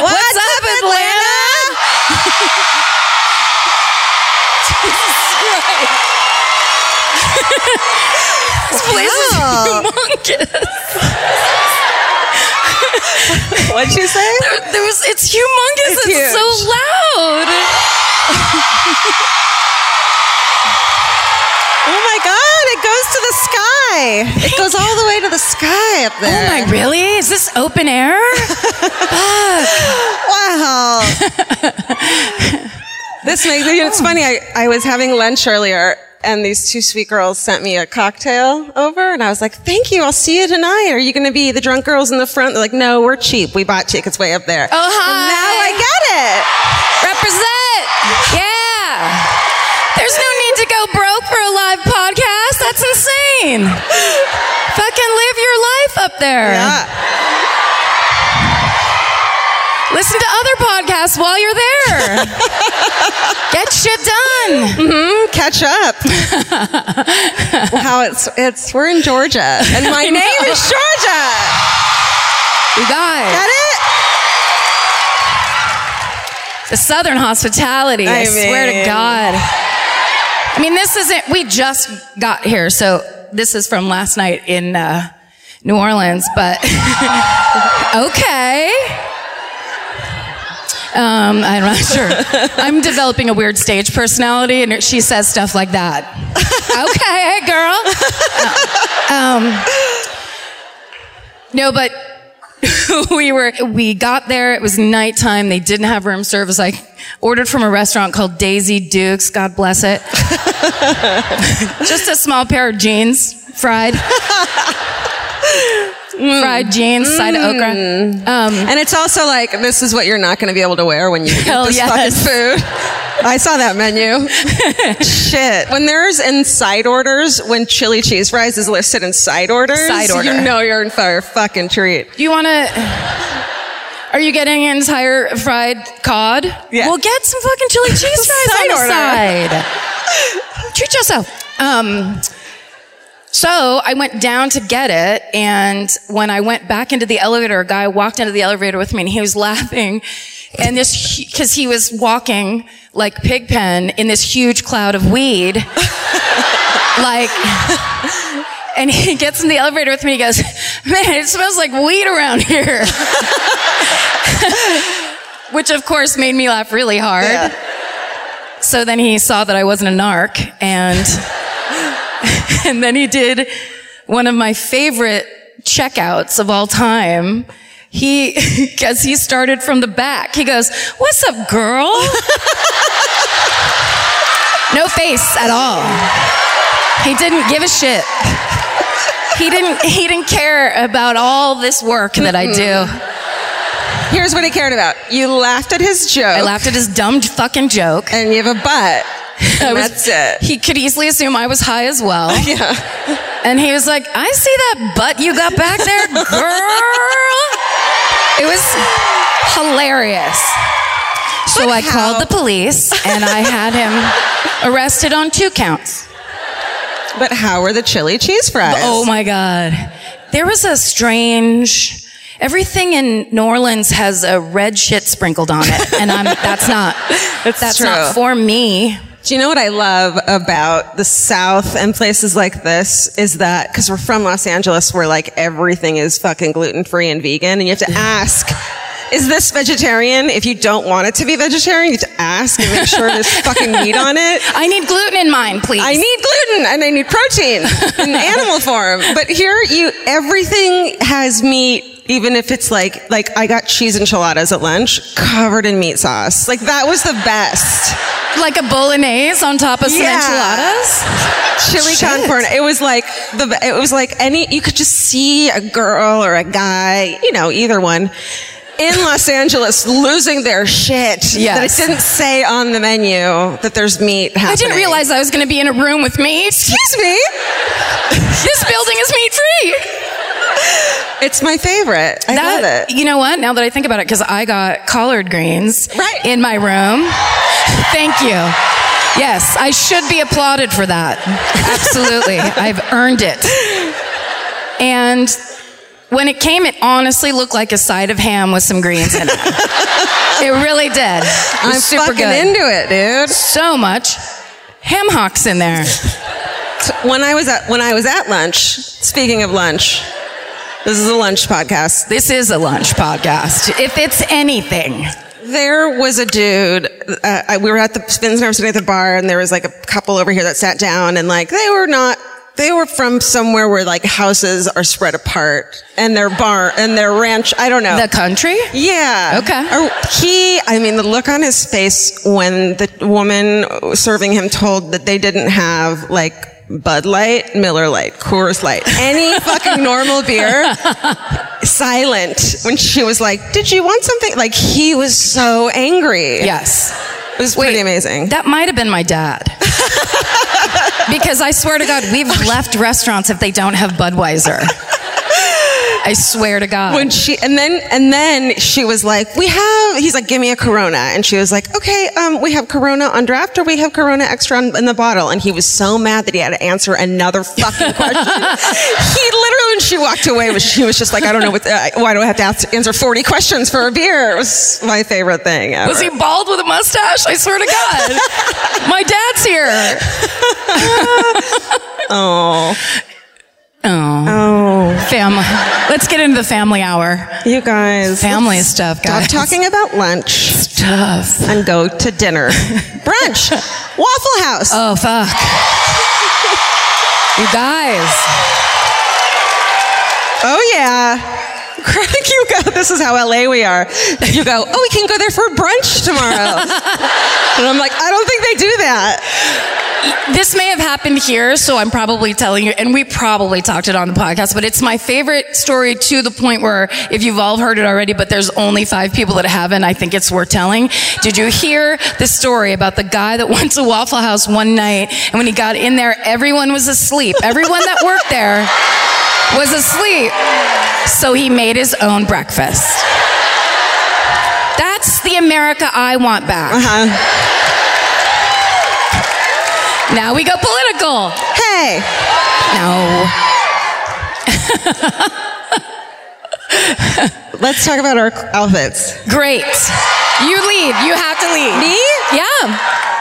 What's, up, Atlanta? Wow. What'd you say? There was, it's humongous. It's It's, huge. so loud. Oh my God! It goes to the sky. It goes all the way to the sky up Oh there. my, really? Is this open air? Wow. this makes you know, it's funny. I, I was having lunch earlier and these two sweet girls sent me a cocktail over and I was like, thank you. I'll see you tonight. Are you going to be the drunk girls in the front? They're like, no, we're cheap. We bought tickets way up there. Oh, hi. And now I get it. Represent. Yeah. There's no need to go broke for a live podcast. That's insane. Fucking live your life up there. Yeah. Listen to other podcasts while you're there. Get shit done. Mm-hmm. Catch up. wow. It's, it's, we're in Georgia and my I know. name is Georgia. You Got it? guys, the Southern hospitality. I, I swear to mean- God. I mean, this isn't, we just got here. So this is from last night in uh, New Orleans, but okay. Um, I'm not sure. I'm developing a weird stage personality, and she says stuff like that. okay, girl. No, but we were we got there. It was nighttime. They didn't have room service. I ordered from a restaurant called Daisy Dukes. God bless it. Just a small pair of jeans, fried. Fried jeans, side of okra. Um, And it's also like, this is what you're not going to be able to wear when you eat Hell this yes. fucking food. I saw that menu. Shit. When there's in side orders, when chili cheese fries is listed in side orders, Side order. you know you're in for a fucking treat. do you want to? Are you getting an entire fried cod? Yeah. Well, get some fucking chili cheese fries on Side the order. side. Treat yourself. Um, So I went down to get it, and when I went back into the elevator, a guy walked into the elevator with me, and he was laughing, and this because he was walking like Pigpen in this huge cloud of weed, like. And he gets in the elevator with me. He goes, "Man, it smells like weed around here," which of course made me laugh really hard. So then he saw that I wasn't a narc, and and then he did one of my favorite checkouts of all time. He, because he started from the back. He goes, "What's up, girl?" no face at all. He didn't give a shit. He didn't. He didn't care about all this work that I do. Here's what he cared about. You laughed at his joke. I laughed at his dumb fucking joke. And you have a butt. I And was- that's it. He could easily assume I was high as well. Yeah. And he was like, I see that butt you got back there, girl. It was hilarious. So I how- called the police and I had him arrested on two counts. But how were the chili cheese fries? Oh my God. There was a strange, everything in New Orleans has a red shit sprinkled on it. And I'm, that's not, that's not true. for me. Do you know what I love about the South and places like this is that because we're from Los Angeles, where like everything is fucking gluten free and vegan, and you have to ask, is this vegetarian? If you don't want it to be vegetarian, you have to ask and make sure there's fucking meat on it. I need gluten in mine, please. I need gluten and I need protein in animal form. But here you, everything has meat, even if it's like, like I got cheese enchiladas at lunch covered in meat sauce. Like that was the best. like a bolognese on top of some Yeah. enchiladas. chili Shit. con carne. It was like the it was like any you could just see a girl or a guy, you know, either one in Los Angeles losing their shit that it Yes. didn't say on the menu that there's meat happening. I didn't realize I was going to be in a room with me. Excuse me. this building is meat free. It's my favorite. I love it. You know what? Now that I think about it, because I got collard greens Right. in my room. Thank you. Yes, I should be applauded for that. Absolutely. I've earned it. And when it came, it honestly looked like a side of ham with some greens in it. it really did. It was I'm super fucking good. into it, dude. so much ham hocks in there. When I was at when I was at lunch, speaking of lunch, this is a lunch podcast. This is a lunch podcast. If it's anything, There was a dude. Uh, I- we were at the Spins and I was sitting at the bar, and there was like a couple over here that sat down, and like they were not. They were from somewhere where like houses are spread apart, and their bar and their ranch. I don't know. the country. yeah. Okay. Or he. I mean, the look on his face when the woman serving him told that they didn't have like. Bud Light, Miller Light, Coors Light, any fucking normal beer silent when she was like, "Did you want something?" Like he was so angry. Yes. it was pretty amazing. That might have been my dad. because I swear to God, we've Oh, left restaurants if they don't have Budweiser. I swear to God. when she and then and then she was like, "We have." He's like, "Give me a Corona," and she was like, "Okay, um, we have Corona on draft, or we have Corona extra on, in the bottle." And he was so mad that he had to answer another fucking question. he literally, when she walked away, was she was just like, "I don't know what. Uh, why do I have to ask, answer forty questions for a beer?" It was my favorite thing. Ever. was he bald with a mustache? I swear to God. my dad's here. oh. oh, Oh. Family. Let's get into the family hour. you guys. Family let's stuff, Stop guys. talking about lunch. Stuff. and go to dinner. Brunch. Waffle House. Oh, fuck. you guys. oh yeah. Craig, you go. This is how LA we are. You go. Oh, we can go there for brunch tomorrow. and I'm like, I don't think they do that. This may have happened here, so I'm probably telling you, and we probably talked it on the podcast, but it's my favorite story to the point where if you've all heard it already, but there's only five people that haven't, I think it's worth telling. Did you hear the story about the guy that went to Waffle House one night, and when he got in there, everyone was asleep. Everyone that worked there was asleep. So he made his own breakfast. That's the America I want back. Uh, Now we go political. hey, No. let's talk about our outfits. Great. You lead. You have to lead. Me? Yeah.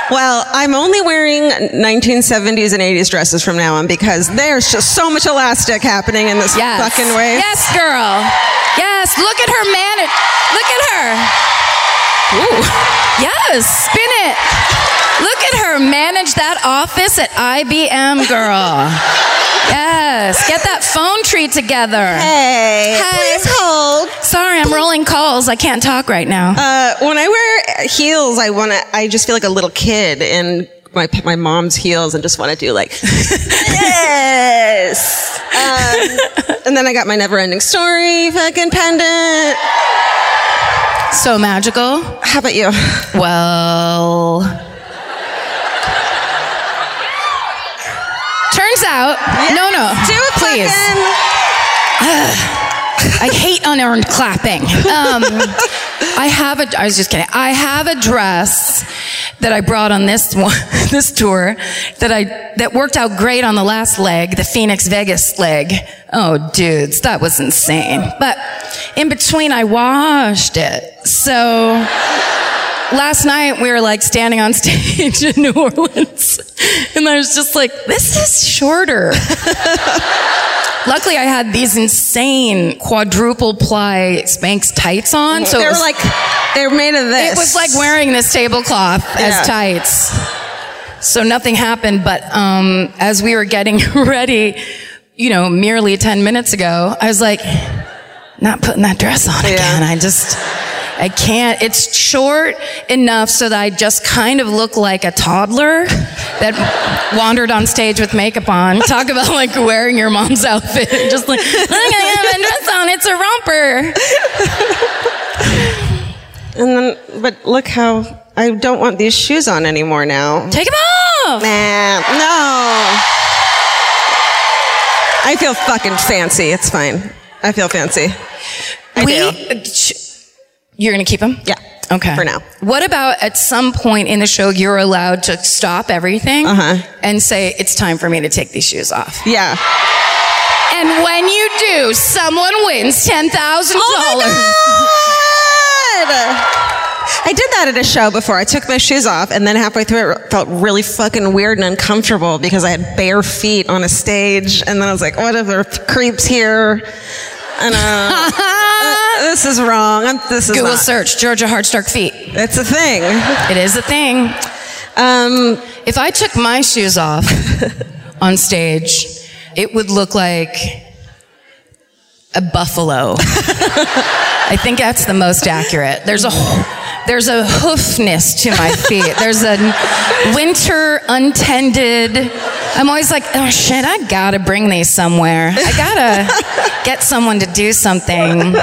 Well, I'm only wearing 1970s and 80s dresses from now on because there's just so much elastic happening in this Yes. fucking way. Yes, girl. Yes. Look at her man. Look at her. Ooh. Yes. Spin it. Look at her manage that office at IBM, girl. yes. Get that phone tree together. Hey, Hey. please hold. Sorry, I'm rolling calls. I can't talk right now. Uh, when I wear heels, I want to. I just feel like a little kid in my my mom's heels, and just want to do like yes. Um, and then I got my never-ending story fucking pendant. so magical. How about you? Well. Turns out, no, no, Do it, please. fucking- I hate unearned clapping. Um, I have a. I was just kidding. I have a dress that I brought on this one, this tour that I that worked out great on the last leg, the Phoenix Vegas leg. Oh, dudes, that was insane. But in between, I washed it. So last night we were like standing on stage in New Orleans, and I was just like, this is shorter. Luckily, I had these insane quadruple ply Spanx tights on, so They it were was, like they're made of this. it was like wearing this tablecloth Yeah. as tights. So nothing happened, but um, as we were getting ready, you know, merely ten minutes ago, I was like, not putting that dress on Yeah. again. I just, I can't. It's short enough so that I just kind of look like a toddler that wandered on stage with makeup on. Talk about like wearing your mom's outfit, just like, look, I have a dress on. It's a romper. And then, but look how I don't want these shoes on anymore now. Take them off. Nah, no. I feel fucking fancy. It's fine. I feel fancy. I we, do. uh, sh- you're gonna keep them. Yeah. Okay. For now. What about at some point in the show you're allowed to stop everything Uh-huh. and say it's time for me to take these shoes off? Yeah. And when you do, someone wins ten thousand dollars. Oh my god! I did that at a show before. I took my shoes off, and then halfway through, it felt really fucking weird and uncomfortable because I had bare feet on a stage, and then I was like, "What if there are creeps here?" And uh, uh, this is wrong. I'm, this is Google not. search Georgia Hardstark feet. It's a thing. It is a thing. Um, If I took my shoes off on stage, it would look like a buffalo. I think that's the most accurate. There's a there's a hoofness to my feet. There's a winter untended. I'm always like, oh shit, I gotta bring these somewhere. I gotta get someone to do something,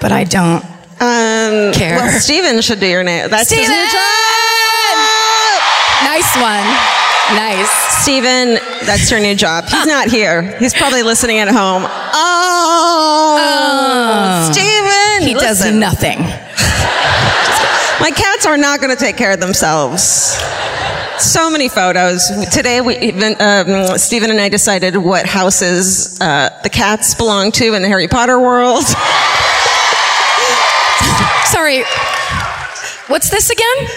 but I don't. um, Care. Well, Steven should do your name. That's his new Steven! job. Nice one. Nice. Steven, that's your new job. He's not here. He's probably listening at home. Oh, Oh. Steven. He does listen. nothing. My cats are not going to take care of themselves. So many photos. Today, we even, um, Stephen and I decided what houses uh, the cats belong to in the Harry Potter world. Sorry. What's this again?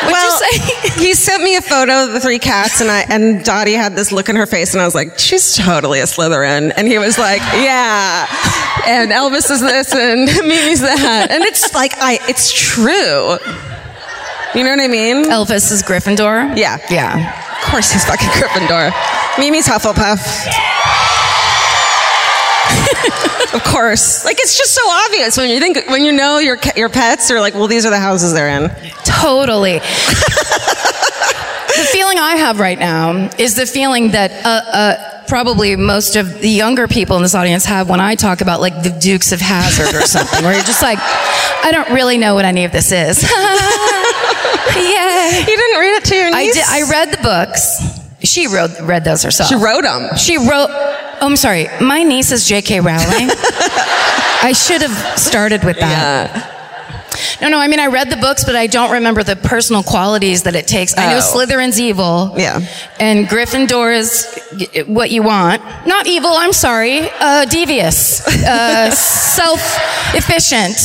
What'd you say? he sent me a photo of the three cats, and I and Dottie had this look in her face, and I was like, "She's totally a Slytherin," and he was like, "Yeah." And Elvis is this, and Mimi's that, and it's like I, it's true. You know what I mean? Elvis is Gryffindor. Yeah. Oh. Yeah. Of course he's fucking Gryffindor. Mimi's Hufflepuff. of course. Like it's just so obvious when you think when you know your ca- your pets are like, well, these are the houses they're in. Totally. the feeling I have right now is the feeling that uh, uh, probably most of the younger people in this audience have when I talk about like the Dukes of Hazard or something, where you're just like, I don't really know what any of this is. yeah. You didn't read it to your I niece? did. I read the books. She wrote read those herself. She wrote them. She wrote. Oh, I'm sorry. My niece is J.K. Rowling. I should have started with that. No, no. I mean, I read the books, but I don't remember the personal qualities that it takes. I know Oh. Slytherin's evil. Yeah. And Gryffindor is y- what you want. Not evil. I'm sorry. Uh, devious. Uh, self-efficient.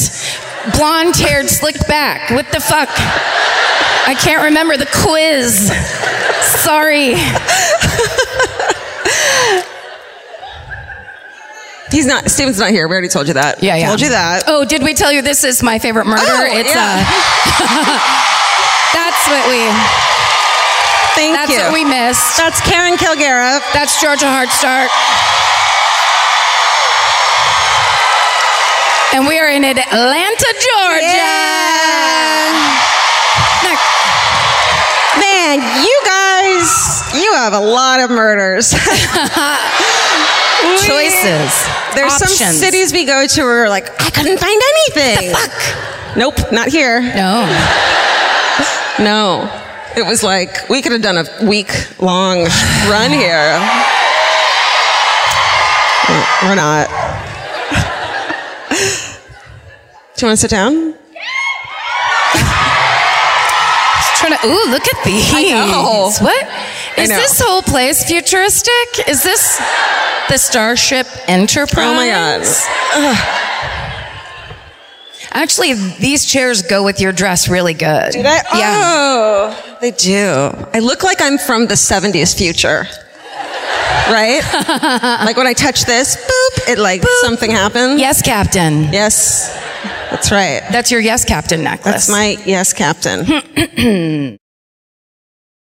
Blonde-haired, slick back. What the fuck? I can't remember the quiz. Sorry. He's not Steven's not here. We already told you that. Yeah, yeah. Told you that. Oh, did we tell you this is my favorite murder? Oh, it's yeah. uh That's what we Thank Oh, that's you. what we missed. That's Karen Kilgariff. That's Georgia Hardstark. And we are in Atlanta, Georgia. Yeah. Now, Man, you guys, you have a lot of murders. We- Choices. There's some Options. cities we go to where we're like, I couldn't find anything. Nope, not here. No. No. It was like, we could have done a week long run here. We're not. Do you want to sit down? Just trying to, ooh, look at these. know. What? I Is know. this whole place futuristic? Is this the Starship Enterprise? Oh my God. Actually, these chairs go with your dress really good. Did I? Yeah. Oh, they do. I look like I'm from the 70s future. Right? like when I touch this, boop, it like something happens. Yes, Captain. Yes. That's right. That's your yes, Captain necklace. That's my yes, Captain.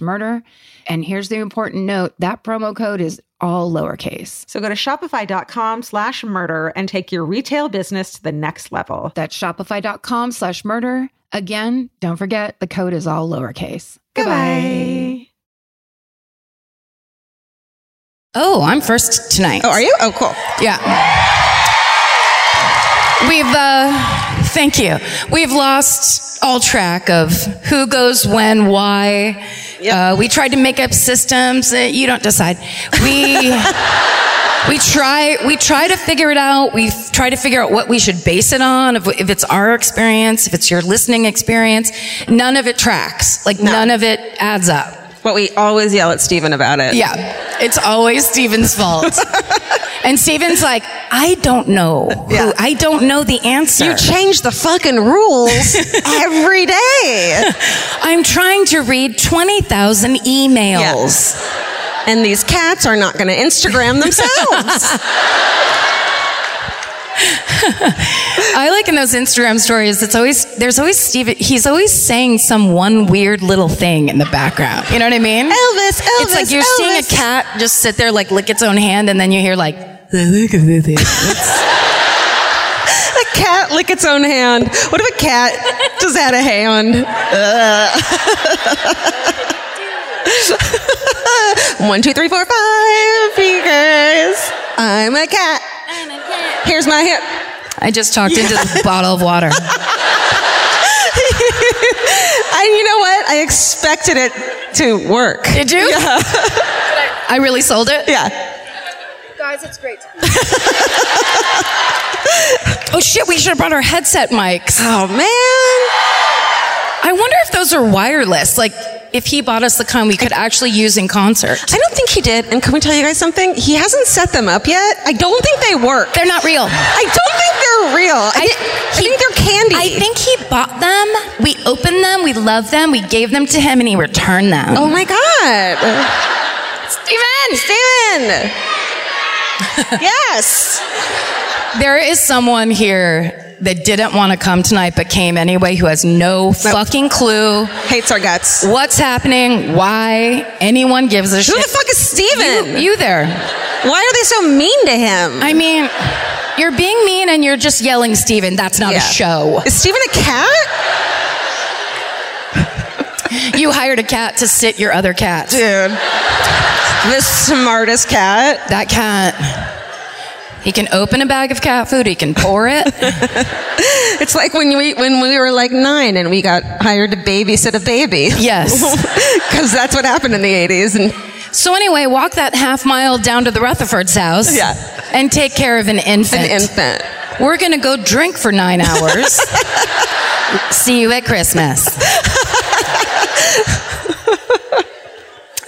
murder. And here's the important note that promo code is all lowercase. So go to shopify.com slash murder and take your retail business to the next level. That's shopify.com slash murder. Again, don't forget the code is all lowercase. Goodbye. Oh, I'm first tonight. Oh, are you? Oh, cool. Yeah. We've, uh, thank you. We've lost all track of who goes when, why. Uh, we tried to make up systems. Uh, you don't decide. We, we try, we try to figure it out. We f- try to figure out what we should base it on, if, if it's our experience, if it's your listening experience. None of it tracks. Like, none of it adds up. But we always yell at Steven about it. Yeah, it's always Steven's fault. and Steven's like, I don't know. who- Yeah. I don't know the answer. You change the fucking rules every day. I'm trying to read 20,000 emails. And these cats are not going to Instagram themselves. I like in those Instagram stories, it's always, there's always Steven, he's always saying some one weird little thing in the background. You know what I mean? Elvis, Elvis, It's like you're seeing a Elvis. cat just sit there, like lick its own hand, and then you hear like, look at this. a cat lick its own hand. What if a cat just had a hand? Ugh. One, two, three, four, five fingers. I'm a cat. Here's my hand. I just talked into the bottle of water. And you know what? I expected it to work. Did you? I really sold it? Yeah. Oh shit, we should have brought our headset mics. Oh man. I wonder if those are wireless. Like, if he bought us the kind we could actually use in concert. I don't think he did. And can we tell you guys something? He hasn't set them up yet. I don't think they work. They're not real. I don't think they're real. I, thi- I think they're candy. I think he bought them. We opened them. We loved them. We gave them to him, and he returned them. Oh my god. Steven! Steven! yes! There is someone here that didn't want to come tonight but came anyway who has no fucking clue Hates our guts. what's happening, why anyone gives a Who shit. the fuck is Steven? You, you there. Why are they so mean to him? I mean, you're being mean and you're just yelling, Steven. That's not Yeah. a show. Is Steven a cat? You hired a cat to sit your other cat. Dude. The smartest cat. That cat. He can open a bag of cat food. He can pour it. It's like when we when we were like nine and we got hired to babysit a baby. Yes. Because that's what happened in the 80s. And So anyway, walk that half mile down to the Rutherford's house. Yeah. And take care of an infant. an infant. We're gonna go drink for nine hours. See you at Christmas.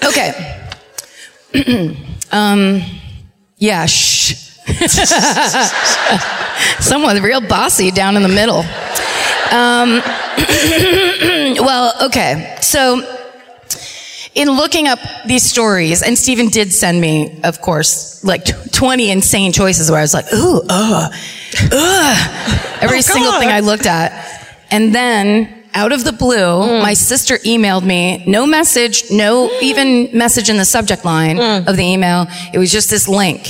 okay. um, yeah. Shh. Someone real bossy down in the middle. Um, well, okay. So in looking up these stories, and Stephen did send me, of course, like tw- 20 insane choices where I was like, ooh, ugh, ugh, every single thing I looked at. And then out of the blue, my sister emailed me, no message, no even message in the subject line of the email. It was just this link.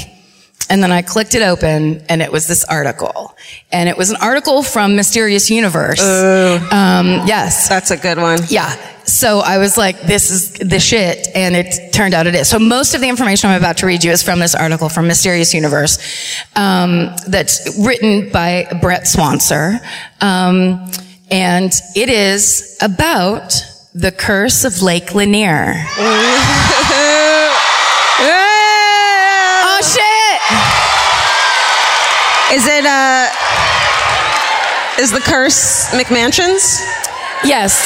And then I clicked it open and it was this article. And it was an article from Mysterious Universe. um, yes. That's a good one. Yeah. So I was like, this is the shit. And it turned out it is. So most of the information I'm about to read you is from this article from Mysterious Universe, um, that's written by Brett Swanser. Um, and it is about the curse of Lake Lanier. Oh shit! Is it, uh, is the curse McMansions? Yes.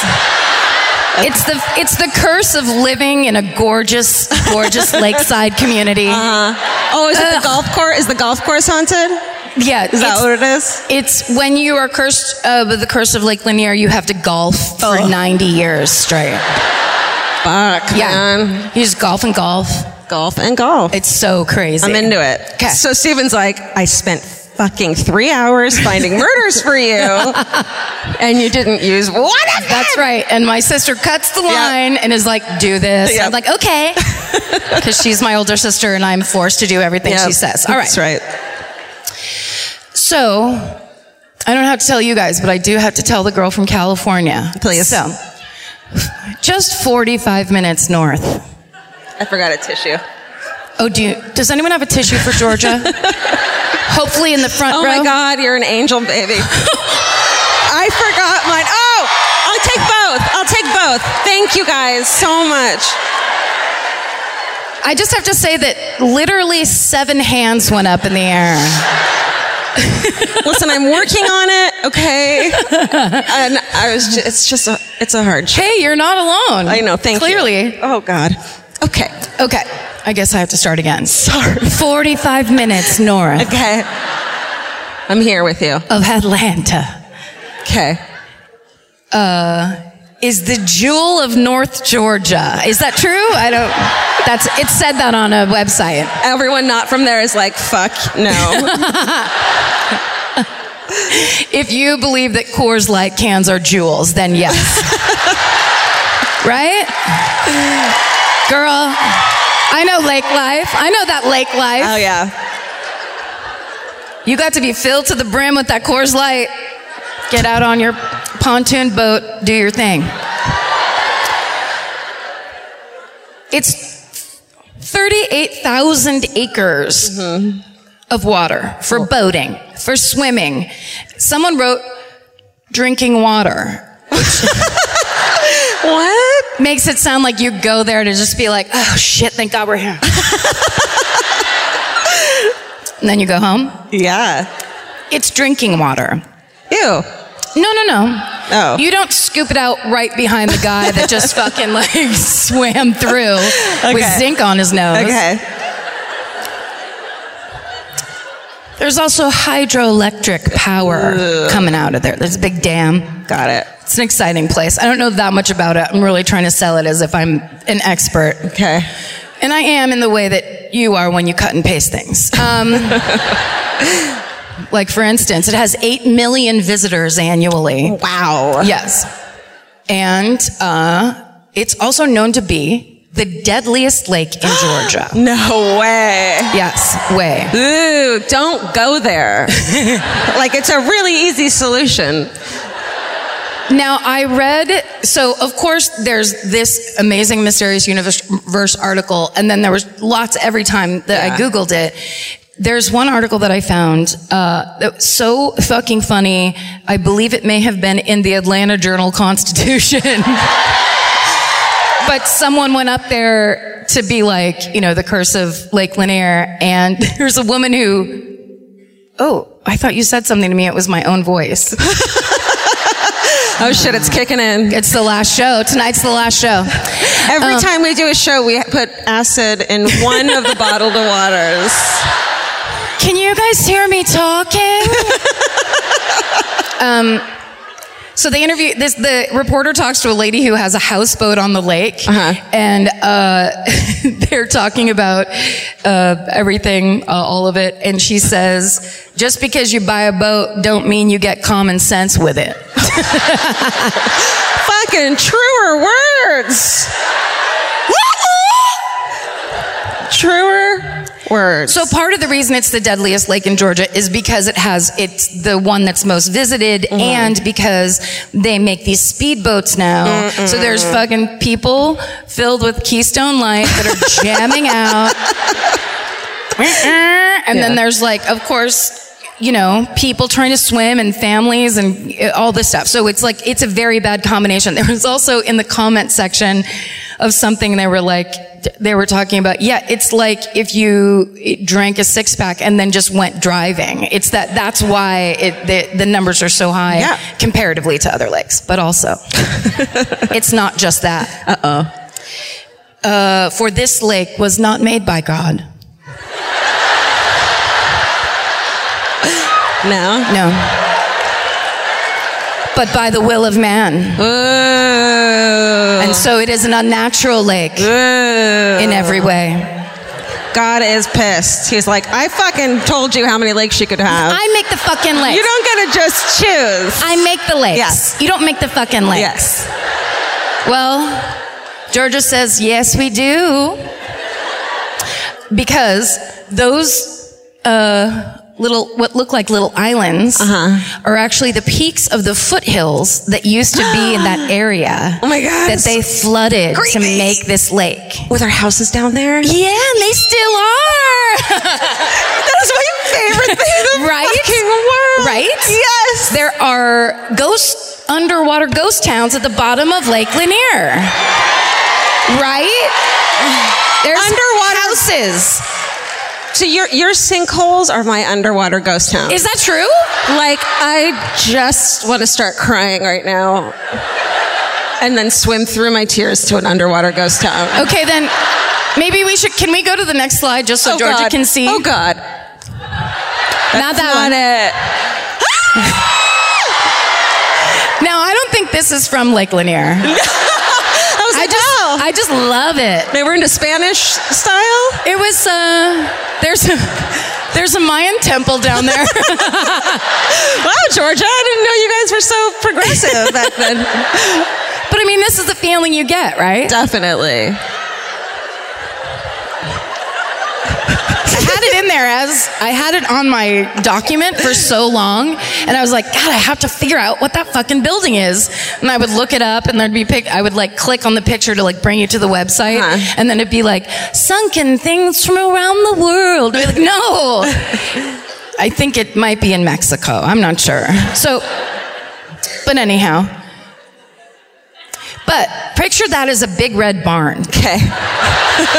It's the it's the curse of living in a gorgeous, gorgeous lakeside community. Oh, is it the golf course? Is the golf course haunted? Yeah, Is that it's, what it is? it's when you are cursed uh, with the curse of Lake Lanier, you have to golf for Oh. 90 years straight. Fuck, Yeah, man. you just golf and golf. Golf and golf. It's so crazy. I'm into it. 'Kay. So Steven's like, I spent fucking three hours finding murders for you, and you didn't use one of them. That's right. And my sister cuts the line and is like, do this. Yep. I'm like, okay. Because she's my older sister and I'm forced to do everything Yep. she says. All right. That's right. So, I don't have to tell you guys, but I do have to tell the girl from California. Please. So, just 45 minutes north. I forgot a tissue. Oh, do you, does anyone have a tissue for Georgia? Hopefully in the front Oh row. my God, you're an angel, baby. I forgot mine. Oh, I'll take both. I'll take both. Thank you guys so much. I just have to say that literally seven hands went up in the air. Listen, I'm working on it. Okay. And I was. Just, it's just a. It's a hard. Sh- Hey, you're not alone. I know. Thank Clearly. you. Oh God. Okay. Okay. I guess I have to start again. Sorry. 45 minutes north Okay. I'm here with you. of Atlanta. Okay. is the jewel of North Georgia. Is that true? I don't. That's it said that on a website. Everyone not from there is like, fuck no. If you believe that Coors Light cans are jewels, then yes. right? Girl, I know lake life. I know that lake life. oh yeah. You got to be filled to the brim with that Coors Light. Get out on your pontoon boat, do your thing. It's 38,000 acres of water for boating, for swimming. Someone wrote drinking water. What? Makes it sound like you go there to just be like, oh shit, thank God we're here. and then you go home. Yeah. It's drinking water. Ew. No, no, no. Oh. You don't scoop it out right behind the guy that just fucking like swam through with Okay. zinc on his nose. okay. There's also hydroelectric power coming out of there. There's a big dam. Got it. It's an exciting place. I don't know that much about it. I'm really trying to sell it as if I'm an expert. Okay. And I am in the way that you are when you cut and paste things. Um, like, for instance, it has 8 million visitors annually. Wow. Yes. And uh, it's also known to be the deadliest lake in Georgia. No way. Yes, way. Ooh, don't go there. like it's a really easy solution. Now I read, so of course there's this amazing mysterious universe article, and then there was lots every time that I googled it. There's one article that I found uh, that was so fucking funny. I believe it may have been in the Atlanta Journal Constitution. but someone went up there to be like, you know, the curse of Lake Lanier, and there's a woman who, oh, I thought you said something to me. It was my own voice. Oh shit, it's kicking in. It's the last show. Tonight's the last show. Every time we do a show, we put acid in one of the bottled waters. Can you guys hear me talking? um, so they interview this. The reporter talks to a lady who has a houseboat on the lake, and uh, they're talking about uh, everything, uh, all of it. And she says, "Just because you buy a boat, don't mean you get common sense with it." Fucking truer words. truer words. So part of the reason it's the deadliest lake in Georgia is because it has it's the one that's most visited and because they make these speedboats now. So there's fucking people filled with Keystone Light that are jamming out. Uh-uh. and then there's like of course you know, people trying to swim and families and uh, all this stuff. So it's like, it's a very bad combination. There was also in the comment section of something they were like, they were talking about, yeah, it's like if you drank a six pack and then just went driving. It's that, that's why it, the, the numbers are so high Yeah. comparatively to other lakes, but also it's not just that. Uh-oh. Uh, for this lake was not made by God. now. No. But by the will of man. Ooh. And so it is an unnatural lake Ooh. in every Uh, way. God is pissed. He's like, I fucking told you how many lakes you could have. I make the fucking lake. you don't get to just choose. I make the lakes. Yes. You don't make the fucking lakes. Yes. Well, Georgia says, yes, we do. Because those uh, little, what look like little islands, Uh-huh. are actually the peaks of the foothills that used to be in that area. Oh my God. That they flooded to Creepy. make this lake. With our houses down there. Yeah, and they still are. That is my favorite thing in the Right? fucking world. Right? Yes. there are ghost underwater ghost towns at the bottom of Lake Lanier. Right? There's Underwater- houses. So your your sinkholes are my underwater ghost town. Is that true? like I just want to start crying right now. And then swim through my tears to an underwater ghost town. Okay, then maybe we should. Can we go to the next slide just so Oh, Georgia God. can see? Oh God. Not that Not one. it. Now I don't think this is from Lake Lanier. I was I like, just, oh. I just love it. they were into Spanish style. It was uh, there's a, there's a Mayan temple down there. Wow, Oh, Georgia, I didn't know you guys were so progressive back then. But I mean, this is the feeling you get, right? Definitely. I had it in there as I had it on my document for so long, and I was like, God, I have to figure out what that fucking building is. And I would look it up, and there'd be pic. I would like click on the picture to like bring you to the website, Huh. and then it'd be like sunken things from around the world. I'd be like, no, I think it might be in Mexico. I'm not sure. So, but anyhow. But picture that as a big red barn, Okay.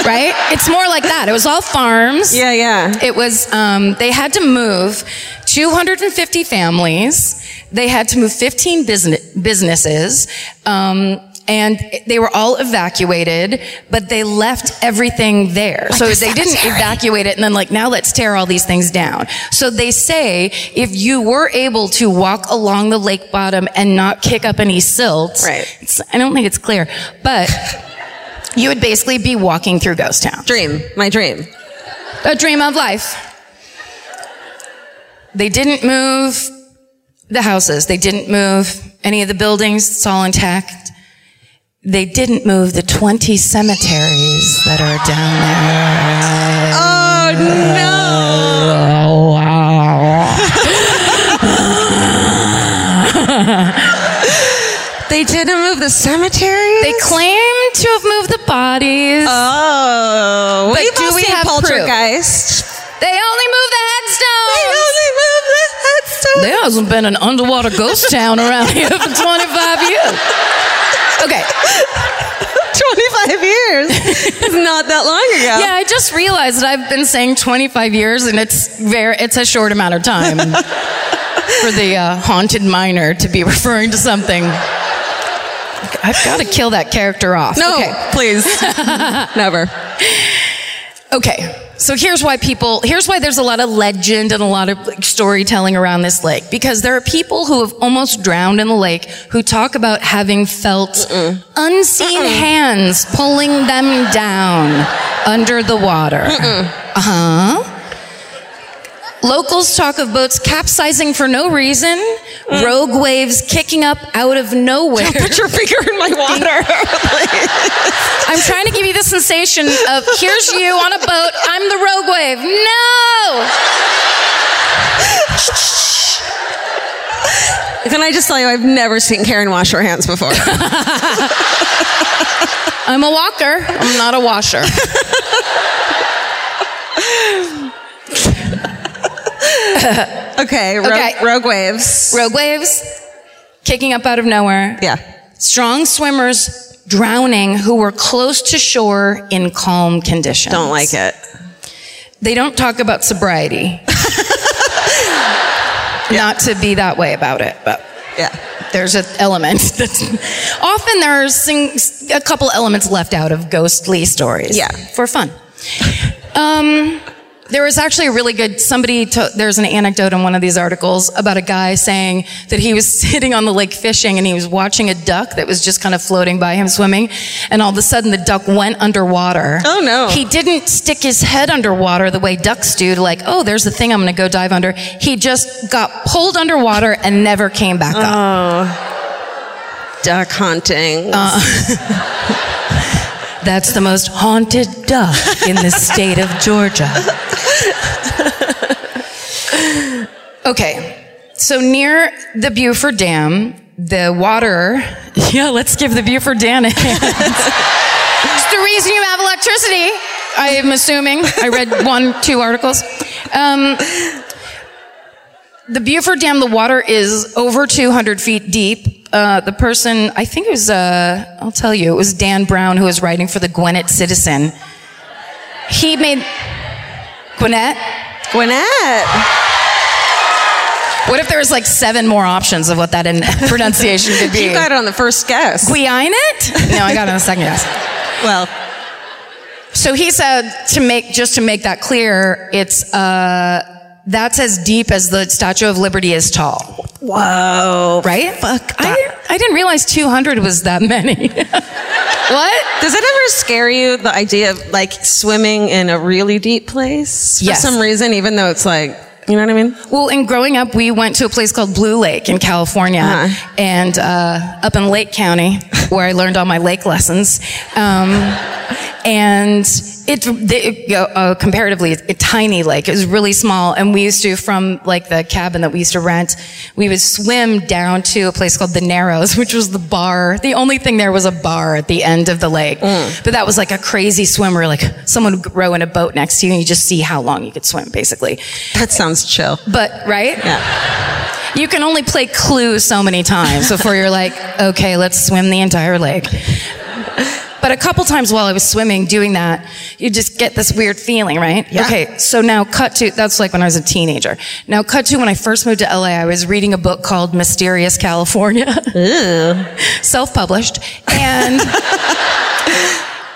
right? It's more like that. It was all farms. Yeah, yeah. It was, um, they had to move 250 families. They had to move 15 business, businesses. Um, and they were all evacuated, but they left everything there. so they didn't evacuate it and then like, now let's tear all these things down. So they say if you were able to walk along the lake bottom and not kick up any silt, Right. it's, I don't think it's clear, but you would basically be walking through ghost town Dream. My dream. a dream of life. They didn't move the houses. They didn't move any of the buildings. It's all intact. They didn't move the 20 cemeteries that are down there. Oh no. Oh, They didn't move the cemetery. They claim to have moved the bodies. Uh, Oh, But we've do all we seen have proof? poltergeist. they only moved the headstones. They only moved the headstone. There hasn't been an underwater ghost town around here for 25 years. Okay. 25 years. it's not that long ago. Yeah, I just realized that I've been saying 25 years, and it's very, it's a short amount of time for the uh, haunted miner to be referring to something. I've got to kill that character off. No, Okay. please. Never. Okay. So here's why people, here's why there's a lot of legend and a lot of like, storytelling around this lake. Because there are people who have almost drowned in the lake who talk about having felt unseen hands pulling them down under the water. Uh huh. Locals talk of boats capsizing for no reason, rogue waves kicking up out of nowhere. Put your finger in my water. I'm trying to give you the sensation of here's you on a boat. I'm the rogue wave. No. Can I just tell you, I've never seen Karen wash her hands before. I'm a walker. I'm not a washer. okay, ro- Okay. rogue waves. rogue waves kicking up out of nowhere. yeah. Strong swimmers drowning who were close to shore in calm conditions. Don't like it. They don't talk about sobriety. Not to be that way about it, but Yeah. there's an element that's often there are sing, a couple elements left out of ghostly stories Yeah. for fun um, there was actually a really good somebody to, there's an anecdote in one of these articles about a guy saying that he was sitting on the lake fishing and he was watching a duck that was just kind of floating by him swimming and all of a sudden the duck went underwater Oh, no. he didn't stick his head underwater the way ducks do to like oh there's the thing i'm gonna go dive under he just got pulled underwater and never came back up Duck hunting. That's the most haunted duck in the state of Georgia. okay, so near the Buford Dam, the water. Yeah, let's give the Buford Dam a hand. it's the reason you have electricity, I am assuming. I read one, two articles. Um, the Buford Dam, the water is over 200 feet deep. Uh, the person, I think it was, uh, I'll tell you, it was Dan Brown who was writing for the Gwinnett Citizen. He made Gwinnett. Gwinnett. What if there was like seven more options of what that in pronunciation could be? You got it on the first guess. Gwinnett? No, I got it on the second guess. well, So he said to make just to make that clear, it's uh, that's as deep as the Statue of Liberty is tall. whoa. right? Fuck I, I didn't realize 200 was that many. what? Does it ever scare you the idea of like swimming in a really deep place for Yes. some reason, even though it's like, you know what I mean? Well, in growing up, we went to a place called Blue Lake in California, Uh-huh. and uh, up in Lake County, where I learned all my lake lessons. Um, and it, they, uh, comparatively, a tiny lake. It was really small, and we used to, from like the cabin that we used to rent, we would swim down to a place called the Narrows, which was the bar. The only thing there was a bar at the end of the lake, Mm. but that was like a crazy swimmer. Like someone would row in a boat next to you, and you just see how long you could swim, basically. That sounds chill. But right? Yeah. You can only play Clue so many times before you're like, okay, let's swim the entire lake. But a couple times while I was swimming, doing that, you just get this weird feeling, right? Yeah. Okay, so now cut to, that's like when I was a teenager. Now cut to when I first moved to LA, I was reading a book called Mysterious California. Self-published. And.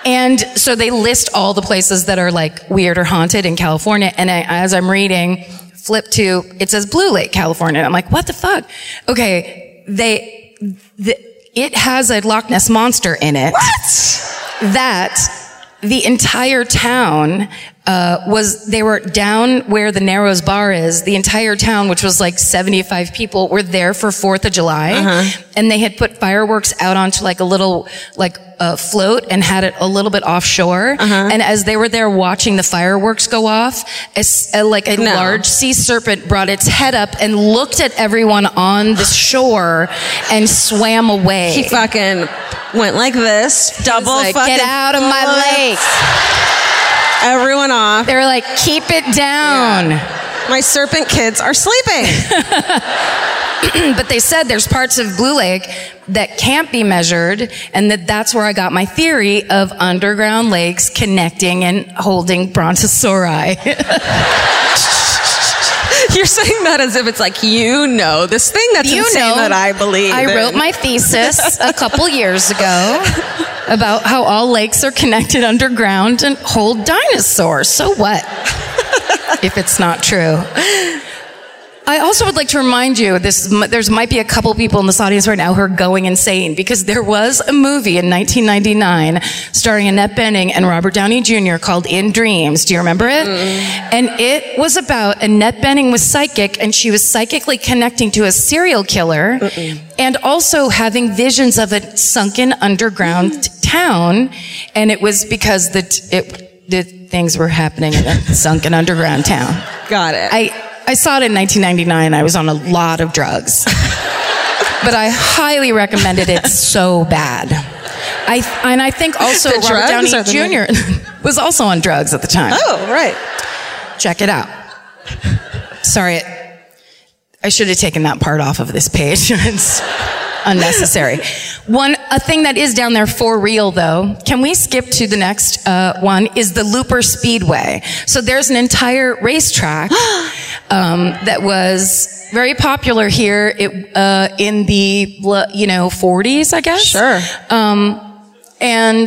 And so they list all the places that are like weird or haunted in California. And I, as I'm reading, flip to, it says Blue Lake, California. I'm like, what the fuck? Okay. They, the, it has a Loch Ness monster in it. What? That the entire town uh, was they were down where the narrows bar is the entire town which was like 75 Uh-huh. people were there for fourth of july and they had put fireworks out onto like a little like a float and had it a little bit offshore. Uh-huh. And as they were there watching the fireworks go off, a s- a- like a large sea serpent brought its head up and looked at everyone on the shore and swam away. He fucking went like this, double like, fucking. get out of my lake. Everyone off. They were like, keep it down. My serpent kids are sleeping. But they said there's parts of Blue Lake that can't be measured, and that that's where I got my theory of underground lakes connecting and holding brontosauri. You're saying that as if it's like you know this thing that's you insane know that I believe. I in. wrote my thesis a couple years ago about how all lakes are connected underground and hold dinosaurs. So what? if it's not true. I also would like to remind you this there's might be a couple people in this audience right now who are going insane because there was a movie in 1999 starring Annette Benning and Robert Downey Jr. called In Dreams. Do you remember it? And it was about Annette Benning was psychic and she was psychically connecting to a serial killer and also having visions of a sunken underground town and it was because the t- it the things were happening in a sunken underground town. Got it. I, I saw it in 1999. I was on a lot of drugs. but I highly recommend it. It's so bad. I, and I think also The Robert drugs Downey or the- Jr. was also on drugs at the time. oh right. Check it out. Sorry, it- I should have taken that part off of this page. it's unnecessary. One, a thing that is down there for real though, can we skip to the next uh, one, is the Looper Speedway. So there's an entire racetrack um, that was very popular here it, uh, in the, you know, 40s, I guess. Sure. Um, and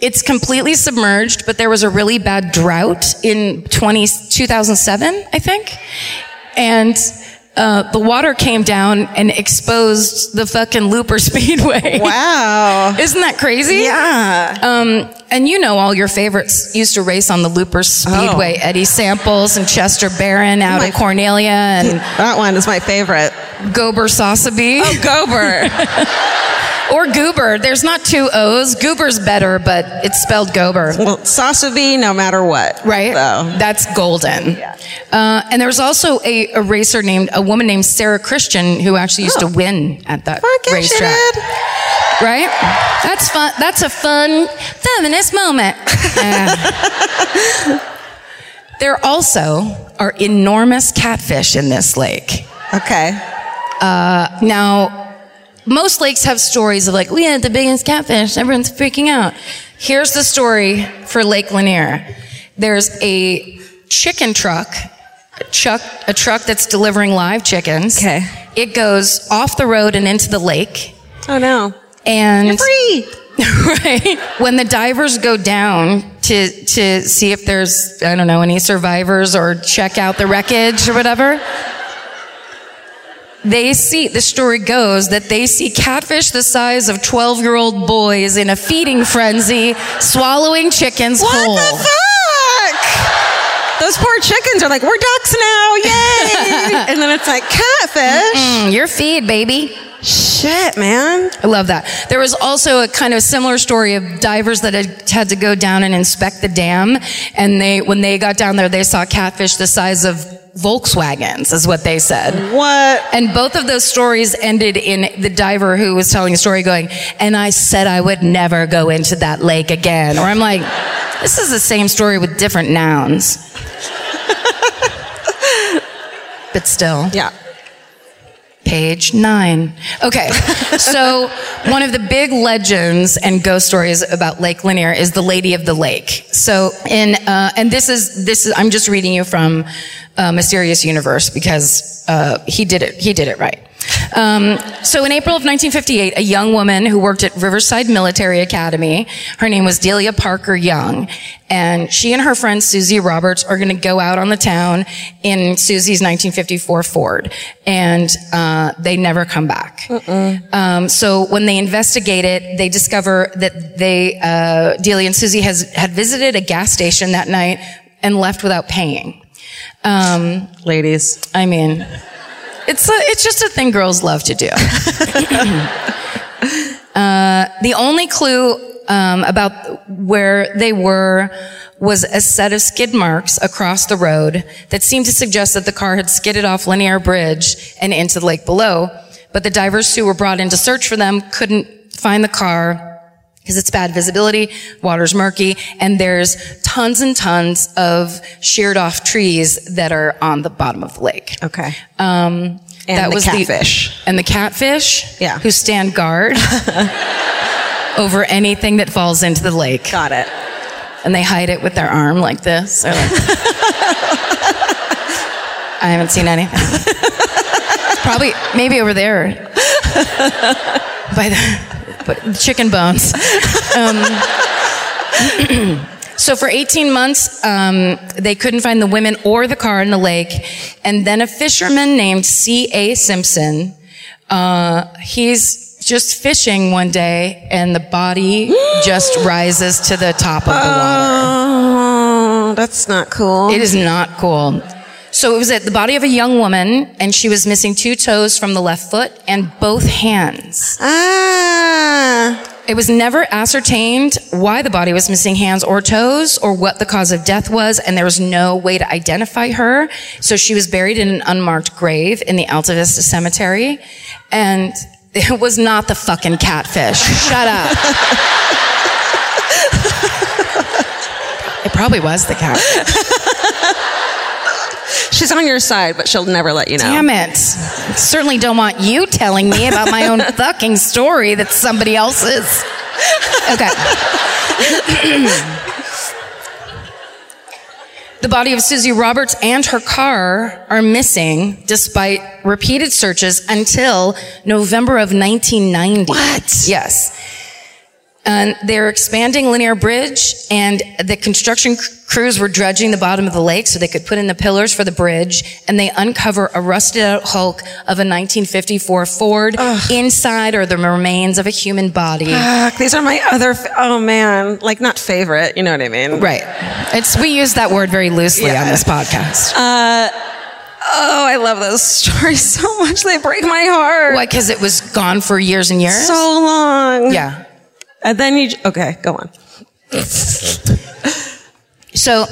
it's completely submerged, but there was a really bad drought in 20, 2007, I think. And uh, the water came down and exposed the fucking Looper Speedway. Wow. Isn't that crazy? Yeah. Um, and you know all your favorites used to race on the Looper Speedway. Eddie Samples and Chester Barron out Oh. my- of Cornelia and That one is my favorite. Gober Sausaby. Oh. Gober. Or Goober. There's not two O's. Goober's better, but it's spelled Gober. well, Sasavi, no matter what. Right? So. That's golden. Uh, and there was also a, a racer named, a woman named Sarah Christian who actually used to win at that Oh. Fuck yeah, she racetrack. did. Right? That's fun. That's a fun feminist moment. Uh, there also are enormous catfish in this lake. Okay. Now, most lakes have stories of like, we had the biggest catfish, everyone's freaking out. Here's the story for Lake Lanier. There's a chicken truck, a truck, a truck that's delivering live chickens. Okay. It goes off the road and into the lake. Oh no. And Free. right? When the divers go down to to see if there's I don't know any survivors or check out the wreckage or whatever. They see the story goes that they see catfish the size of 12-year-old boys in a feeding frenzy swallowing chickens What whole. the fuck? Those poor chickens are like, we're ducks now, yay! and then it's like catfish. Mm, your feed, baby. Shit, man. I love that. There was also a kind of similar story of divers that had, had to go down and inspect the dam. And they, when they got down there, they saw catfish the size of Volkswagens is what they said. What? And both of those stories ended in the diver who was telling a story going, and I said I would never go into that lake again. Or I'm like, this is the same story with different nouns. but still Yeah. page nine. Okay, so one of the big legends and ghost stories about Lake Lanier is the Lady of the Lake. So in uh, and this is this is I'm just reading you from uh, Mysterious Universe because uh, he did it he did it right. Um, so in April of 1958, a young woman who worked at Riverside Military Academy, her name was Delia Parker Young, and she and her friend Susie Roberts are going to go out on the town in Susie's 1954 Ford, and uh, they never come back. Um, so when they investigate it, they discover that they uh, Delia and Susie has had visited a gas station that night and left without paying. Um, Ladies. I mean, it's a, it's just a thing girls love to do. Uh, the only clue um, about where they were was a set of skid marks across the road that seemed to suggest that the car had skidded off Linear Bridge and into the lake below. But the divers who were brought in to search for them couldn't find the car because it's bad visibility, water's murky, and there's tons and tons of sheared off trees that are on the bottom of the lake. Okay. Um, And that the was catfish. and the catfish, Yeah. who stand guard over anything that falls into the lake, Got it. and they hide it with their arm like this. They're like- I haven't seen anything. It's probably maybe over there by the but chicken bones. So for 18 months, um, they couldn't find the women or the car in the lake. And then a fisherman named C.A. Simpson, uh, he's just fishing one day and the body just rises to the top of the water. Oh, that's not cool. It is not cool. So it was at the body of a young woman and she was missing two toes from the left foot and both hands. ah. It was never ascertained why the body was missing hands or toes or what the cause of death was, and there was no way to identify her. So she was buried in an unmarked grave in the Alta Vista Cemetery, and it was not the fucking catfish. Shut up. it probably was the catfish. She's on your side, but she'll never let you know. Damn it. Certainly don't want you telling me about my own fucking story that's somebody else's. Okay. the body of Susie Roberts and her car are missing despite repeated searches until November of 1990. What? Yes. And they're expanding Linear Bridge, and the construction cr- crews were dredging the bottom of the lake so they could put in the pillars for the bridge, and they uncover a rusted out hulk of a 1954 Ford. Inside are the remains of a human body. Fuck, these are my other. F- oh man, like not favorite. You know what I mean? right. It's, we use that word very loosely on this podcast. Uh, Oh, I love those stories so much. They break my heart. Why? Because it was gone for years and years. So long. yeah. And then you. j- Okay, go on. So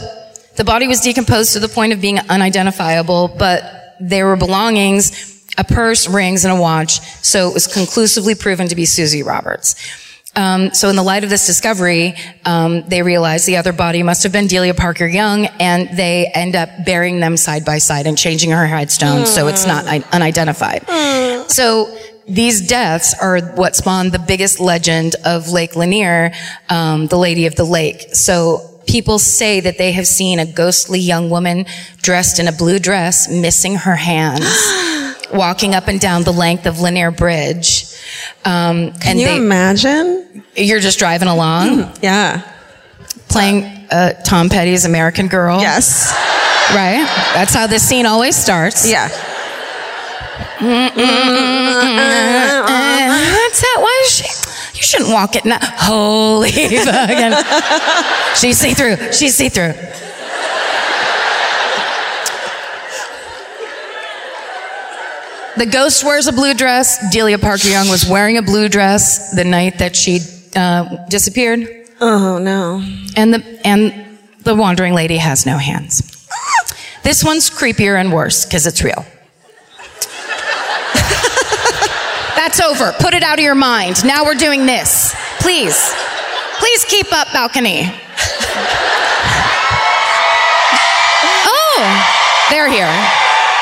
the body was decomposed to the point of being unidentifiable, but there were belongings, a purse, rings, and a watch. So it was conclusively proven to be Susie Roberts. Um, so in the light of this discovery, um, they realized the other body must have been Delia Parker Young, and they end up burying them side by side and changing her headstone so it's not i- unidentified. So these deaths are what spawned the biggest legend of Lake Lanier, um, the Lady of the Lake. So people say that they have seen a ghostly young woman dressed in a blue dress, missing her hands, walking up and down the length of Lanier Bridge. Um, and Can you Hmm. they, imagine? you're just driving along, Yeah. playing uh, Tom Petty's American Girl. Yes. Right? That's how this scene always starts. Yeah. Uh, what's that? Why is she? You shouldn't walk at night. Holy fucking. She's see through. She's see through. The ghost wears a blue dress. Delia Parker Young was wearing a blue dress the night that she uh, disappeared, Oh no. and the and the wandering lady has no hands. This one's creepier and worse because it's real. That's over. Put it out of your mind. Now we're doing this. Please. Please keep up, balcony. oh, they're here.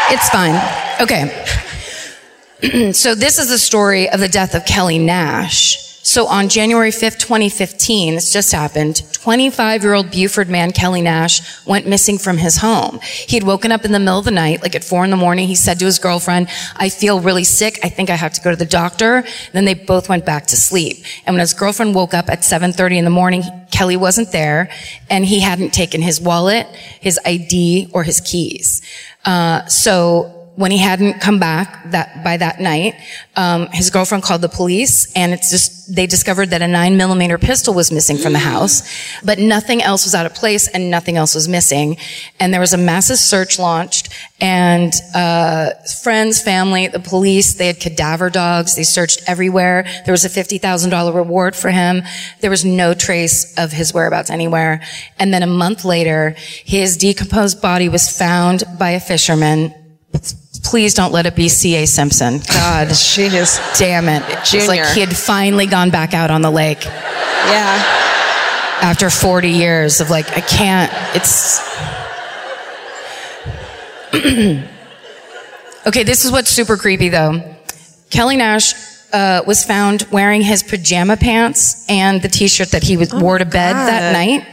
It's fine. Okay. so, this is the story of the death of Kelly Nash. So, on January 5th, 2015, this just happened, 25 year old Buford man Kelly Nash went missing from his home. He'd woken up in the middle of the night, like at four in the morning. He said to his girlfriend, I feel really sick. I think I have to go to the doctor. then they both went back to sleep. And when his girlfriend woke up at 7.30 in the morning, Kelly wasn't there and he hadn't taken his wallet, his ID, or his keys. Uh, so when he hadn't come back that by that night, um, his girlfriend called the police, and it's just they discovered that a nine millimeter pistol was missing from the house, but nothing else was out of place and nothing else was missing, and there was a massive search launched, and uh, friends, family, the police, they had cadaver dogs, they searched everywhere. There was a fifty thousand dollar reward for him. There was no trace of his whereabouts anywhere, and then a month later, his decomposed body was found by a fisherman please don't let it be C.A. Simpson. God, She is. damn it. It's like Junior. he had finally gone back out on the lake Yeah. after 40 years of like, I can't, it's. okay, this is what's super creepy though. Kelly Nash uh, was found wearing his pajama pants and the t shirt that he was, wore to bed God. that night.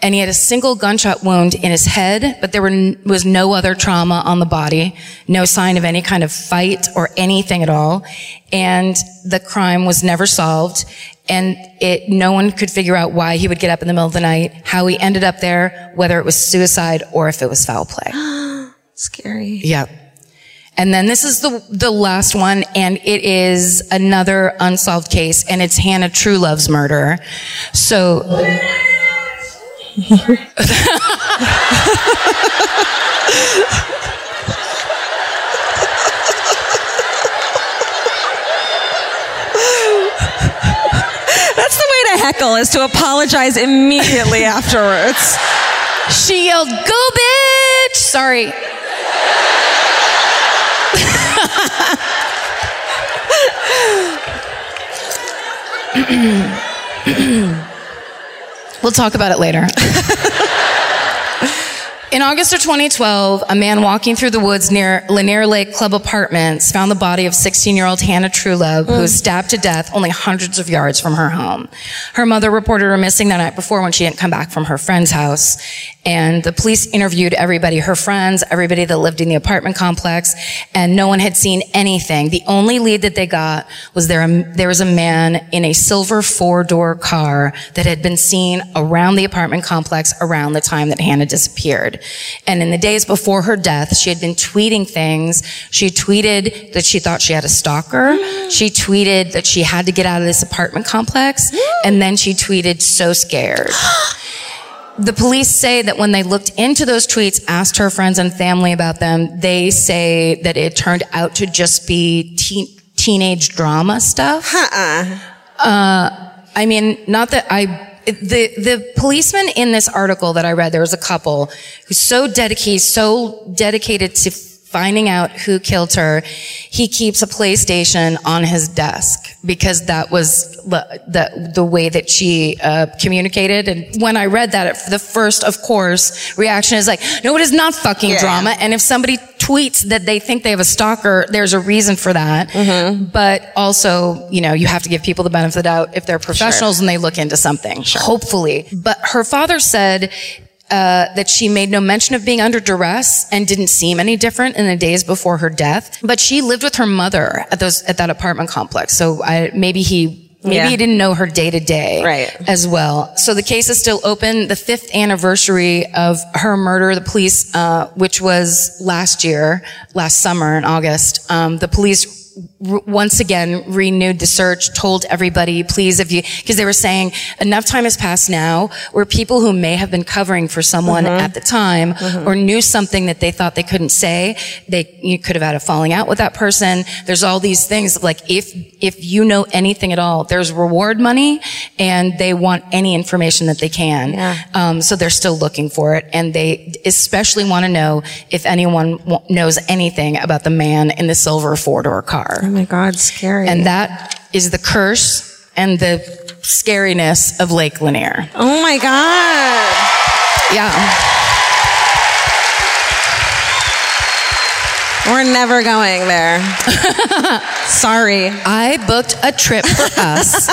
And he had a single gunshot wound in his head, but there were, n- was no other trauma on the body, no sign of any kind of fight or anything at all. And the crime was never solved. And it, no one could figure out why he would get up in the middle of the night, how he ended up there, whether it was suicide or if it was foul play. Scary. Yep. And then this is the the last one, and it is another unsolved case, and it's Hannah Truelove's murder. So That's the way to heckle is to apologize immediately afterwards. she yelled, "Go, bitch!" Sorry. we'll talk about it later. In August of 2012, a man walking through the woods near Lanier Lake Club Apartments found the body of 16-year-old Hannah Trulove, who was stabbed to death only hundreds of yards from her home. Her mother reported her missing the night before when she hadn't come back from her friend's house. And the police interviewed everybody, her friends, everybody that lived in the apartment complex, and no one had seen anything. The only lead that they got was there, there was a man in a silver four-door car that had been seen around the apartment complex around the time that Hannah disappeared. And in the days before her death, she had been tweeting things. She tweeted that she thought she had a stalker. She tweeted that she had to get out of this apartment complex. And then she tweeted, so scared. The police say that when they looked into those tweets, asked her friends and family about them, they say that it turned out to just be teen, teenage drama stuff. I mean, not that I. The the policeman in this article that I read, there was a couple who's so dedicated, so dedicated to finding out who killed her. He keeps a PlayStation on his desk because that was the the, the way that she uh, communicated. And when I read that, it, the first, of course, reaction is like, "No, it is not fucking drama." And if somebody tweets that they think they have a stalker, there's a reason for that. Mm-hmm. But also, you know, you have to give people the benefit of the doubt if they're professionals and they look into something, hopefully. But her father said, uh, that she made no mention of being under duress and didn't seem any different in the days before her death. But she lived with her mother at those at that apartment complex. So I, maybe he maybe Yeah. he didn't know her day to day Right. as well. So the case is still open. The fifth anniversary of her murder, the police, uh, which was last year, last summer in August, um, the police r- once again renewed the search, told everybody, please, if you, because they were saying enough time has passed now where people who may have been covering for someone at the time or knew something that they thought they couldn't say, they you could have had a falling out with that person. There's all these things of like if if you know anything at all, there's reward money, and they want any information that they can. Um, so they're still looking for it, and they especially want to know if anyone w- knows anything about the man in the silver four door car. Oh my God, scary. And that is the curse and the scariness of Lake Lanier. oh my God. Yeah. We're never going there. Sorry. I booked a trip for us.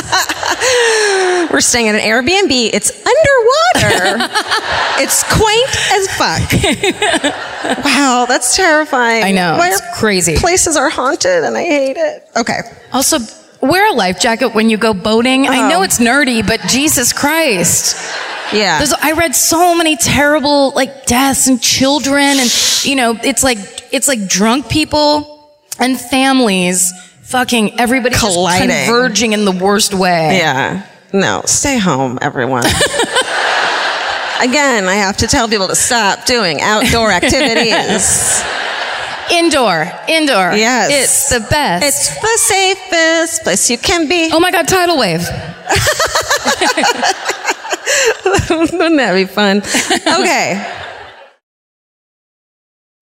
We're staying at an Airbnb. It's underwater. it's quaint as fuck. wow, that's terrifying. I know, Why it's are- crazy. Places are haunted and I hate it. Okay. Also, wear a life jacket when you go boating. I Oh. know it's nerdy, but Jesus Christ. Yeah. There's, I read so many terrible, like, deaths and children, and, you know, it's like it's like drunk people and families fucking everybody just Colliding. converging in the worst way. Yeah. No, stay home, everyone. Again, I have to tell people to stop doing outdoor activities. Indoor, indoor. Yes. It's the best. it's the safest place you can be. oh my god, tidal wave. Oh. Wouldn't that be fun? Okay.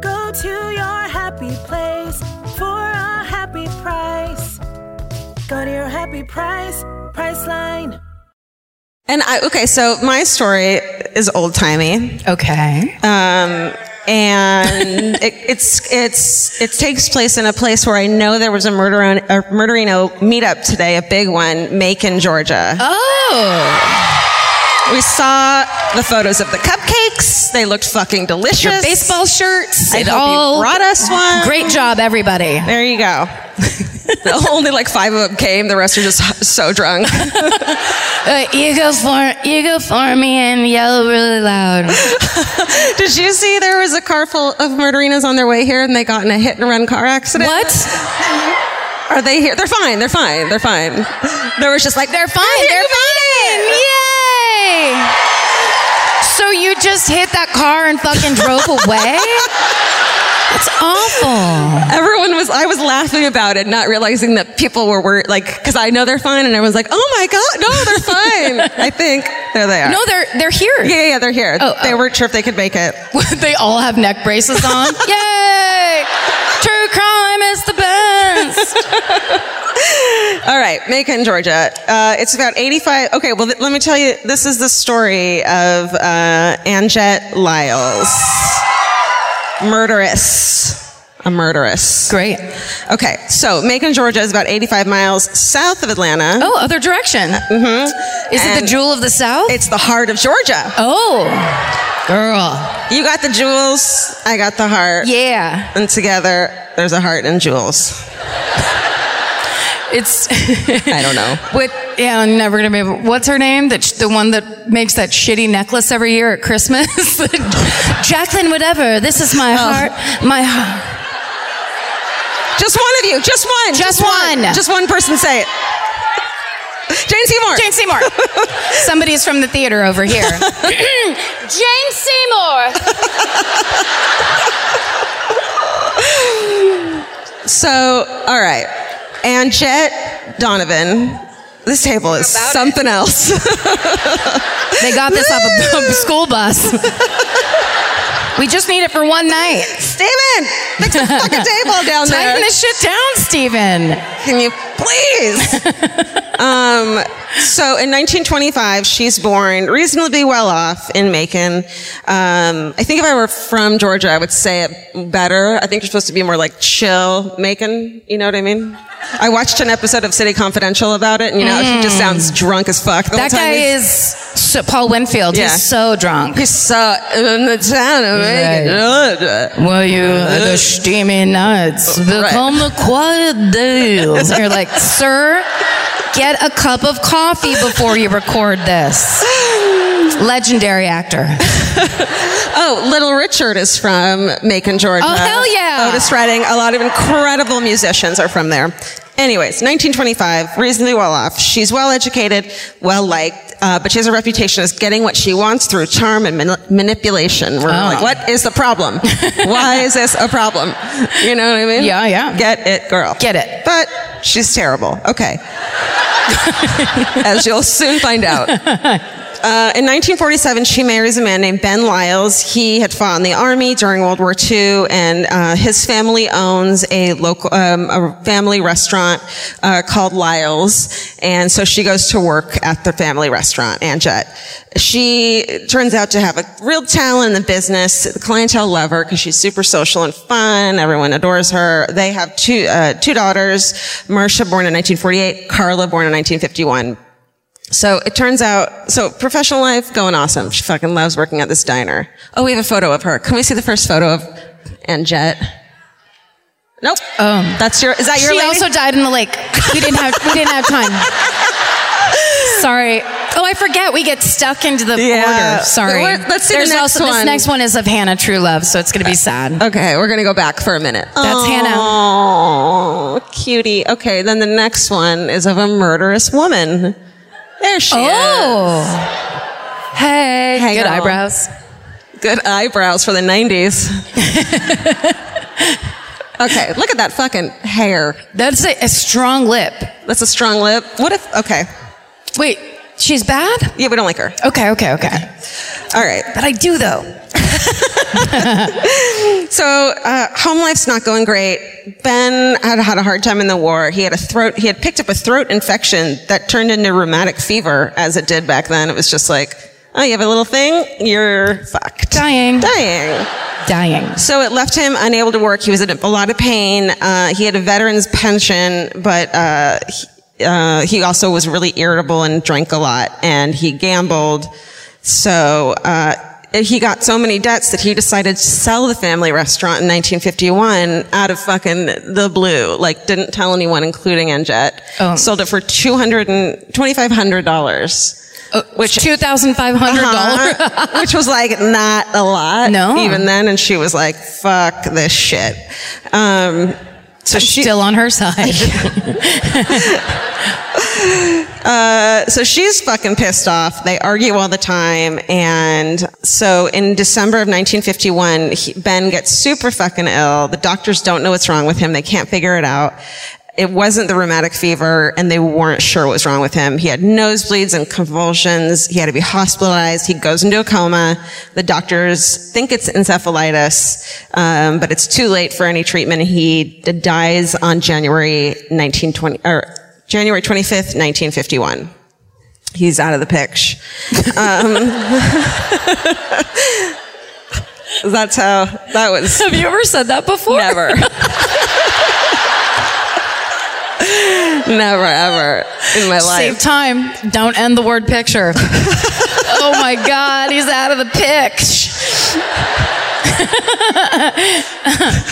Go to your happy place for a happy price. Go to your happy price, Priceline. And I, okay, so my story is old timey. Okay. Um, and it, it's it's it takes place in a place where I know there was a murder on, a murderino meetup today, a big one, Macon, Georgia. Oh, We saw the photos of the cupcakes; they looked fucking delicious. your baseball shirts. I it hope you all brought us one. Great job, everybody. There you go. Only like five of them came. The rest are just so drunk. Uh, you go for you go for me and yell really loud. Did you see there was a car full of murderinos on their way here and they got in a hit and run car accident? What? Are they here? They're fine. They're fine. They're fine. There was just like, They're fine. They're, fine. Yay! So you just hit that car and fucking drove away? That's awful. Everyone was, I was laughing about it, not realizing that people were, were like, because I know they're fine. And I was like, oh my God, no, they're fine. I think. There they are. No, they're they're here. yeah, yeah, yeah, they're here. Oh, they oh. weren't sure if they could make it. they all have neck braces on. Yay! True crime is the best. All right, Macon, Georgia. Uh, it's about 85. Okay, well, th- let me tell you, this is the story of uh, Anjet Lyles. Murderess. A murderess. Great. Okay, so Macon, Georgia is about 85 miles south of Atlanta. Oh, other direction. Mm-hmm. Is it the And- jewel of the South? It's the heart of Georgia. oh, girl. You got the jewels, I got the heart. Yeah. And together, there's a heart and jewels. It's I don't know. what? Yeah, I'm never gonna be. Able, what's her name? That sh- the one that makes that shitty necklace every year at Christmas. Jacqueline, whatever. This is Oh. my heart. My heart. Just one of you, just one. Just one. Just one person say it. Jane Seymour. Jane Seymour. Somebody's from the theater over here. Jane Seymour. So, all right. And Jet Donovan, this table is something else. They got this off a, a school bus. We just need it for one night. Steven, fix the fucking table down there. Tighten this shit down, Steven. Can you please? um, so in 1925, she's born reasonably well off in Macon. Um, I think if I were from Georgia, I would say it better. I think you're supposed to be more like chill Macon. You know what I mean? I watched an episode of City Confidential about it, and you know, he just sounds drunk as fuck. The whole Mm. That time guy he's- is so, Paul Winfield. Yeah. He's so drunk. He's so in the town of Macon. Well, you the steamy nights Uh, become the quiet days. And you're like, sir, get a cup of coffee before you record this. Legendary actor. Oh, Little Richard is from Macon, Georgia. Oh, hell yeah. Otis Redding. A lot of incredible musicians are from there. Anyways, 1925, reasonably well off. She's well educated, well liked, uh, but she has a reputation as getting what she wants through charm and mani- manipulation. We're Oh, like, what is the problem? Why is this a problem? You know what I mean? Yeah, yeah. Get it, girl. Get it. But she's terrible. Okay. As you'll soon find out. Uh, in 1947, she marries a man named Ben Lyles. He had fought in the army during World War II, and uh, his family owns a local, um, a family restaurant uh, called Lyles. And so she goes to work at the family restaurant, Anjet. She turns out to have a real talent in the business. The clientele love her because she's super social and fun. Everyone adores her. They have two uh, two daughters, Marcia, born in 1948, Carla, born in 1951. So it turns out, so professional life going awesome. She fucking loves working at this diner. Oh, we have a photo of her. Can we see the first photo of Ann Jet? Nope. Um, That's your. Is that your? she lady? also died in the lake. We didn't have we didn't have time. Sorry. Oh, I forget. We get stuck into the Yeah. order. Sorry. Let- let's see the There's next also, This one. next one is of Hannah True Love, so it's gonna be sad. Okay, we're gonna go back for a minute. That's Hannah. Oh, cutie. Okay, then the next one is of a murderous woman. There she Oh. Hey. Hang good on. eyebrows. is. Good eyebrows for the '90s. okay, look at that fucking hair. That's a, a strong lip. That's a strong lip. What if? Okay, Wait, she's bad? yeah, we don't like her. Okay, okay, okay. All right. But I do though. So uh, home life's not going great. Ben had had a hard time in the war. He had a throat. He had picked up a throat infection that turned into rheumatic fever, as it did back then. It was just like, oh, you have a little thing. You're fucked. Dying. Dying. Dying. So it left him unable to work. He was in a lot of pain. Uh, he had a veteran's pension, but uh, he, uh, he also was really irritable and drank a lot, and he gambled. So uh, he got so many debts that he decided to sell the family restaurant in 1951 out of fucking the blue. Like, didn't tell anyone, including Enjet. Oh. Sold it for two hundred and twenty-five hundred dollars. Which Uh, two thousand five hundred dollars? Uh-huh. which was like not a lot No. even then and she was like fuck this shit um so she Still on her side. Uh, so she's fucking pissed off they argue all the time and so in december of 1951 he, ben gets super fucking ill the doctors don't know what's wrong with him they can't figure it out it wasn't the rheumatic fever and they weren't sure what was wrong with him. He had nosebleeds and convulsions. He had to be hospitalized. He goes into a coma. The doctors think it's encephalitis, um, but it's too late for any treatment. He d- dies on January 1920, or January 25th, 1951. He's out of the picture. Um, that's how that was Have you ever said that before? Never. Never ever in my Save life. time. Don't end the word picture. oh my God, he's out of the pic.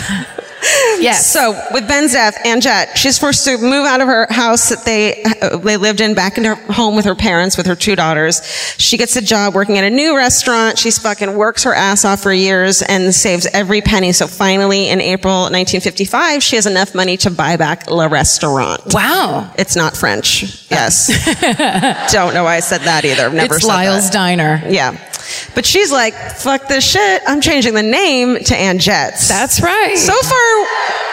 yes. So with Ben's death, Anjet, she's forced to move out of her house that they uh, they lived in back into her home with her parents with her two daughters. She gets a job working at a new restaurant. She's fucking works her ass off for years and saves every penny. So finally, in April 1955, she has enough money to buy back Le Restaurant. Wow. It's not French. Yes. Don't know why I said that either. I've never it's said Lyle's that. diner. Yeah. But she's like, fuck this shit. I'm changing the name to Ann Jets. That's right. so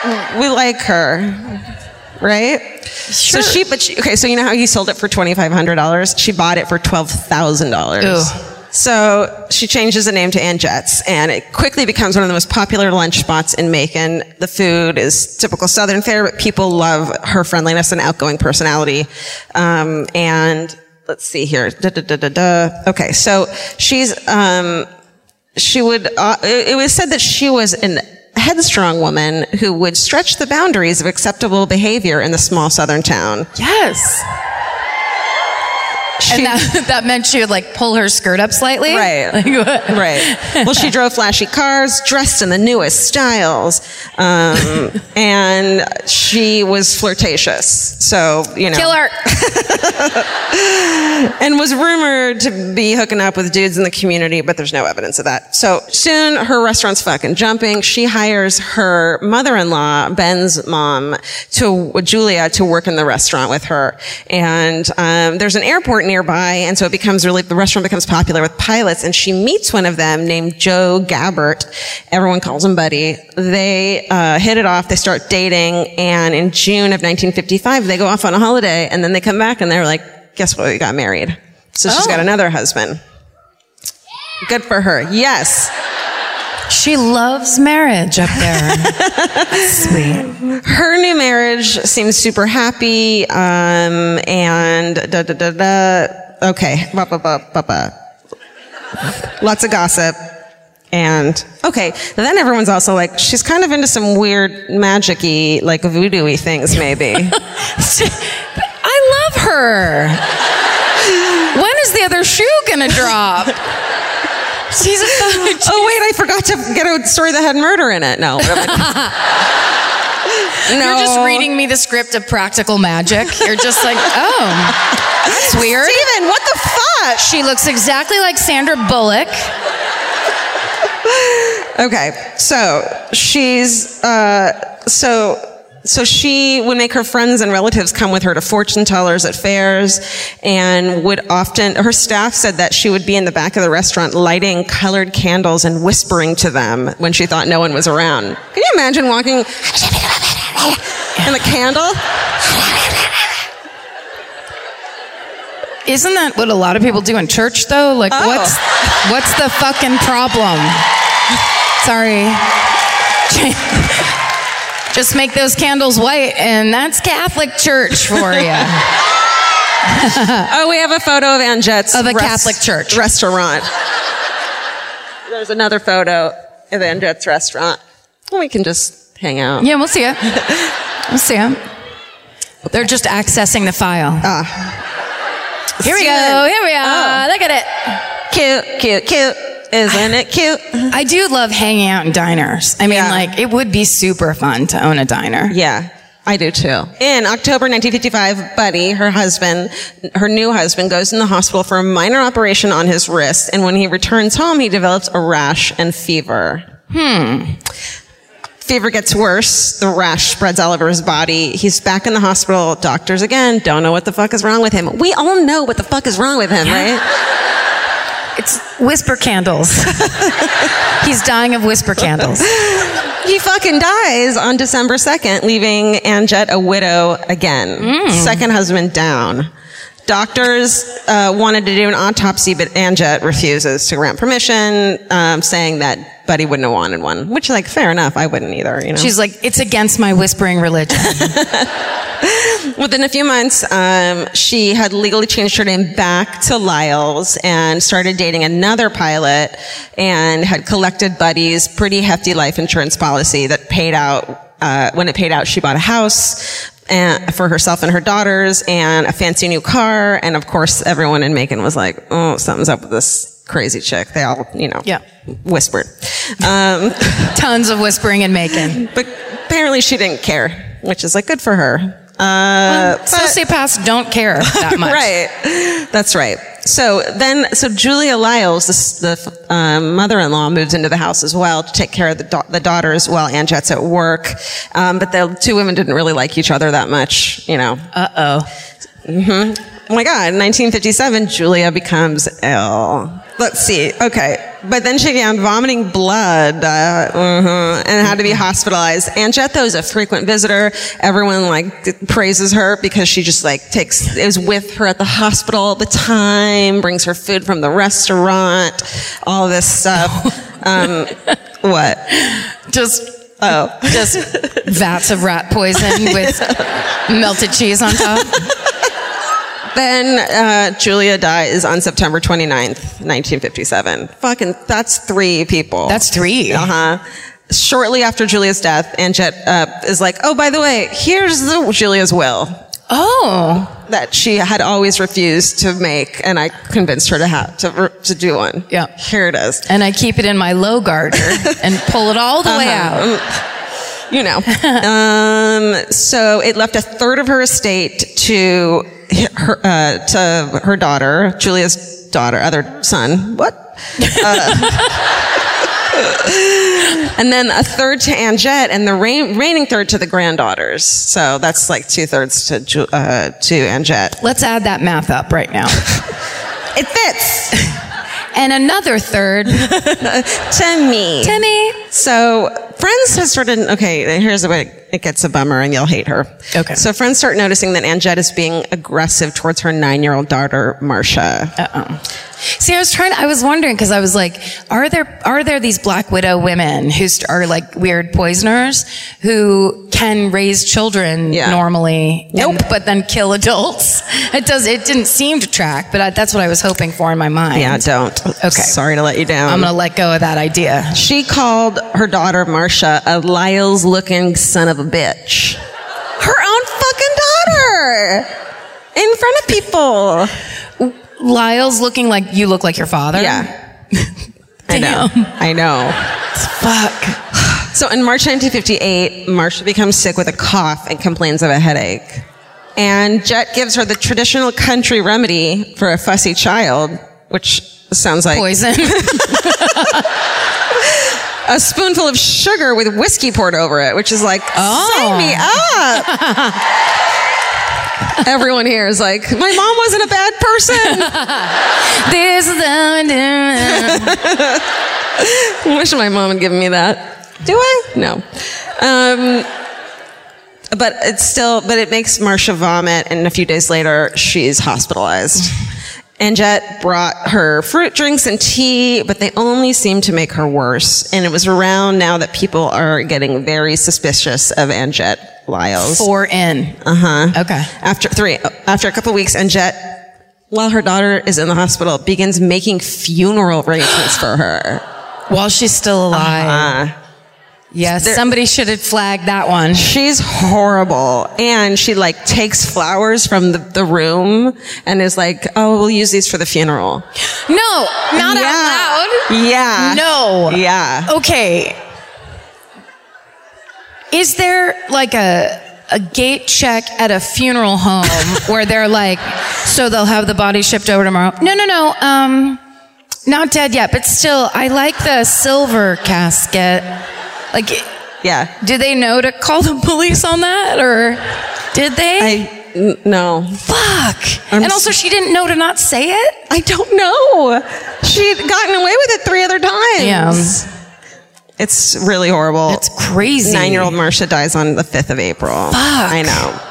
far we like her. Right? So Sure. she but she, okay, so you know how he sold it for twenty five hundred dollars? She bought it for twelve thousand dollars. Ew. So she changes the name to Ann Jets, and it quickly becomes one of the most popular lunch spots in Macon. The food is typical Southern fare, but people love her friendliness and outgoing personality. Um, and let's see here. Da, da, da, da, da. Okay, so she's um, she would. Uh, it, it was said that she was an headstrong woman who would stretch the boundaries of acceptable behavior in the small Southern town. Yes. and that, that meant she would like pull her skirt up slightly. Right. Like, what? Right. Well, she drove flashy cars, dressed in the newest styles, um, and she was flirtatious. So you know, Kill her. and was rumored to be hooking up with dudes in the community, but there's no evidence of that. So soon, her restaurant's fucking jumping. She hires her mother-in-law, Ben's mom, to Julia to work in the restaurant with her. And um, there's an airport nearby, and so it becomes really the restaurant becomes popular with pilots. And she meets one of them named Joe Gabbert. Everyone calls him Buddy. They uh, hit it off. They start dating, and in June of 1955, they go off on a holiday, and then they come back, and they're like guess what? We got married. So she's Oh. got another husband. Good for her. Yes. She loves marriage up there. Sweet. Her new marriage seems super happy. Um, and da da da da. Okay. Ba, ba, ba, ba, ba. Lots of gossip. And okay, then everyone's also like, she's kind of into some weird magic-y, like voodoo-y things, maybe. Oh, But I love her. when is the other shoe gonna drop? She's a Oh wait, I forgot to get a story that had murder in it. No. no. You're just reading me the script of Practical Magic. You're just like, oh, that's weird. Steven, what the fuck? She looks exactly like Sandra Bullock. Okay, so she's uh, so so she would make her friends and relatives come with her to fortune tellers at fairs, and would often her staff said that she would be in the back of the restaurant lighting colored candles and whispering to them when she thought no one was around. Can you imagine walking in the candle? Isn't that what a lot of people do in church though? Like Oh. what's what's the fucking problem? Sorry. Just make those candles white and that's Catholic church for you. Oh, we have a photo of Ann Jett's Of a Catholic church. restaurant. There's another photo of Ann Jett's restaurant. We can just hang out. yeah, we'll see it. We'll see it. They're just accessing the file. Ah, here we go. Here we Oh. are. Look at it. Cute, cute, cute. Isn't it cute? I do love hanging out in diners. I mean, Yeah. like, it would be super fun to own a diner. Yeah, I do too. In October 1955, Buddy, her husband, her new husband, goes in the hospital for a minor operation on his wrist, and when he returns home, he develops a rash and fever. Fever gets worse. The rash spreads all over his body. He's back in the hospital. Doctors again don't know what the fuck is wrong with him. We all know what the fuck is wrong with him, right? It's whisper candles. He's dying of whisper candles. He fucking dies on December 2nd, leaving Anjet a widow again. Second husband down. Doctors uh, wanted to do an autopsy, but Anjet refuses to grant permission, um, saying that Buddy wouldn't have wanted one. Which, like, fair enough. I wouldn't either. You know. She's like, it's against my whispering religion. Within a few months, um, she had legally changed her name back to Lyles and started dating another pilot and had collected Buddy's pretty hefty life insurance policy that paid out, uh, when it paid out, she bought a house and, for herself and her daughters and a fancy new car. And of course, everyone in Macon was like, oh, something's up with this crazy chick. They all, you know, Yeah. whispered. Um, Tons of whispering and making. but apparently she didn't care, which is like good for her. Uh, but- Sociopaths don't care that much. Right. That's right. So then, so Julia Lyles, the, the um, mother-in-law, moves into the house as well to take care of the, da- the daughters while Aunt Jet's at work. Um, but the two women didn't really like each other that much, you know. Uh oh. Mm-hmm. Oh my God, 1957, Julia becomes ill. Let's see. Okay. But then she began vomiting blood uh, mhm, and had to be hospitalized. And Jethro is a frequent visitor. Everyone like d- praises her because she just like takes is with her at the hospital all the time, brings her food from the restaurant, all this stuff. um, what? Just Oh, just vats of rat poison with melted cheese on top. Then uh, Julia dies on September 29th, 1957. Fucking, that's three people. That's three. Uh huh. Shortly after Julia's death, and Jet uh, is like, oh, by the way, here's the Julia's will Oh, that she had always refused to make, and I convinced her to have to, to do one. Yeah. Here it is. and I keep it in my low garter and pull it all the way Uh-huh. out. you know. um, so it left a third of her estate to her, uh, to her daughter, Julia's daughter, other son. What? Uh, and then a third to Anjette, and the reign, reigning third to the granddaughters. So that's like two thirds to Ju- uh, to Anjette. Let's add that math up right now. It fits And another third. to me. Timmy. So friends has started. Okay, here's the way it gets a bummer, and you'll hate her. Okay. So friends start noticing that Angette is being aggressive towards her nine-year-old daughter Marcia. Uh-oh. See, I was trying. I was wondering because I was like, are there are there these Black Widow women who st- are like weird poisoners who can raise children Yeah. normally? Nope. and- but then kill adults. It does. It didn't seem to track, but I, that's what I was hoping for in my mind. yeah, don't. Okay. Sorry to let you down. I'm gonna let go of that idea. she called her daughter Marcia a Lyle's-looking son of a bitch. Her own fucking daughter in front of people. Lyle's looking like you look like your father. Yeah. I know. Damn. I know. Fuck. So in March 1958, Marcia becomes sick with a cough and complains of a headache. And Jet gives her the traditional country remedy for a fussy child, which sounds like Poison. a spoonful of sugar with whiskey poured over it, which is like, Oh. sign me up. Everyone here is like, my mom wasn't a bad person. this is the. I wish my mom had given me that. Do I? No. Um, but it's still but it makes Marcia vomit and a few days later she's hospitalized. And Jet brought her fruit drinks and tea, but they only seemed to make her worse. And it was around now that people are getting very suspicious of Anjet Lyles. Four in. Uh Uh-huh. huh. Okay. After three, after a couple weeks, Anjet, while her daughter is in the hospital, begins making funeral arrangements for her. While she's still alive. Uh, Yes, somebody should have flagged that one. She's horrible. And she like takes flowers from the, the room and is like, oh, we'll use these for the funeral. No, not yeah. out loud. Yeah. No. Yeah. Okay. Is there like a a gate check at a funeral home where they're like, so they'll have the body shipped over tomorrow? No, no, no. Um, not dead yet, but still, I like the silver casket. Like, Yeah. do they know to call the police on that, or did they? I, n- no. Fuck. I'm and s- also, she didn't know to not say it. I don't know. She'd gotten away with it three other times. It's really horrible. It's crazy. Nine-year-old Marcia dies on the 5th of April. Fuck. I know.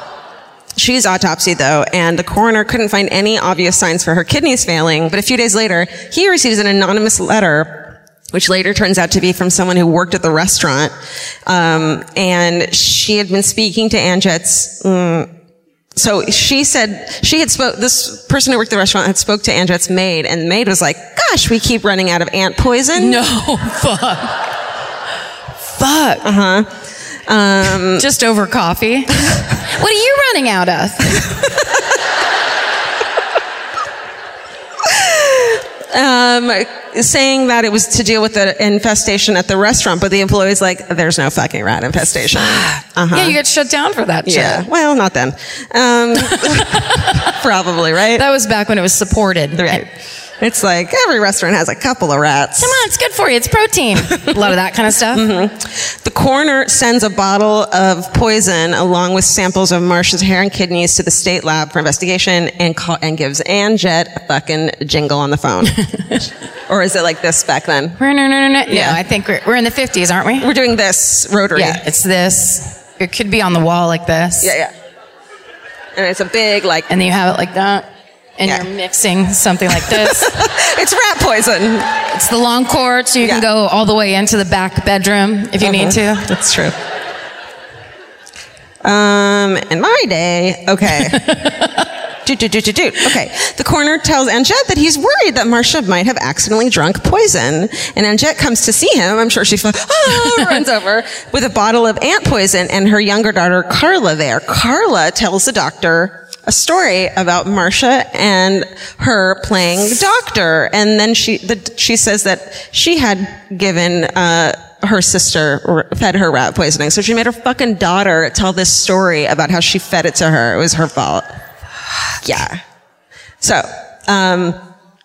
She's autopsied though, and the coroner couldn't find any obvious signs for her kidneys failing. But a few days later, he receives an anonymous letter, which later turns out to be from someone who worked at the restaurant. Um, and she had been speaking to Anjet's. Mm, so she said she had spoke. This person who worked at the restaurant had spoke to Anjet's maid, and the maid was like, "Gosh, we keep running out of ant poison." No, fuck. Oh, Fuck. Uh-huh. Uh huh. Um, Just over coffee. what are you running out of? Uh-huh. um, saying that it was to deal with the infestation at the restaurant, but the employee's like, there's no fucking rat infestation. Uh-huh. Yeah, you get shut down for that shit. Yeah. Well, not then. Um, probably, right? That was back when it was supported. right. It's like every restaurant has a couple of rats. Come on, it's good for you. It's protein. A lot of that kind of stuff. Mm-hmm. The coroner sends a bottle of poison along with samples of Marcia's hair and kidneys to the state lab for investigation and call, and gives Ann Jett a fucking jingle on the phone. Or is it like this back then? No, no, no, no. Yeah. No, I think we're, we're in the 50s, aren't we? We're doing this rotary. Yeah, it's this. It could be on the wall like this. Yeah, yeah. And it's a big like And then you have it like that. And Yeah. you're mixing something like this. it's rat poison. it's the long cord, so you can Yeah. go all the way into the back bedroom if you need Uh-huh. to. That's true. Um, in my day, okay. Doot, doot, doot, doot, doot. Okay. The coroner tells Anjet that he's worried that Marcia might have accidentally drunk poison. And Anjet comes to see him. I'm sure she fu- ah, runs over with a bottle of ant poison and her younger daughter Carla there. Carla tells the doctor a story about Marcia and her playing doctor. And then she, the, she says that she had given, uh, her sister r- fed her rat poisoning. So she made her fucking daughter tell this story about how she fed it to her. It was her fault. Yeah. So, um,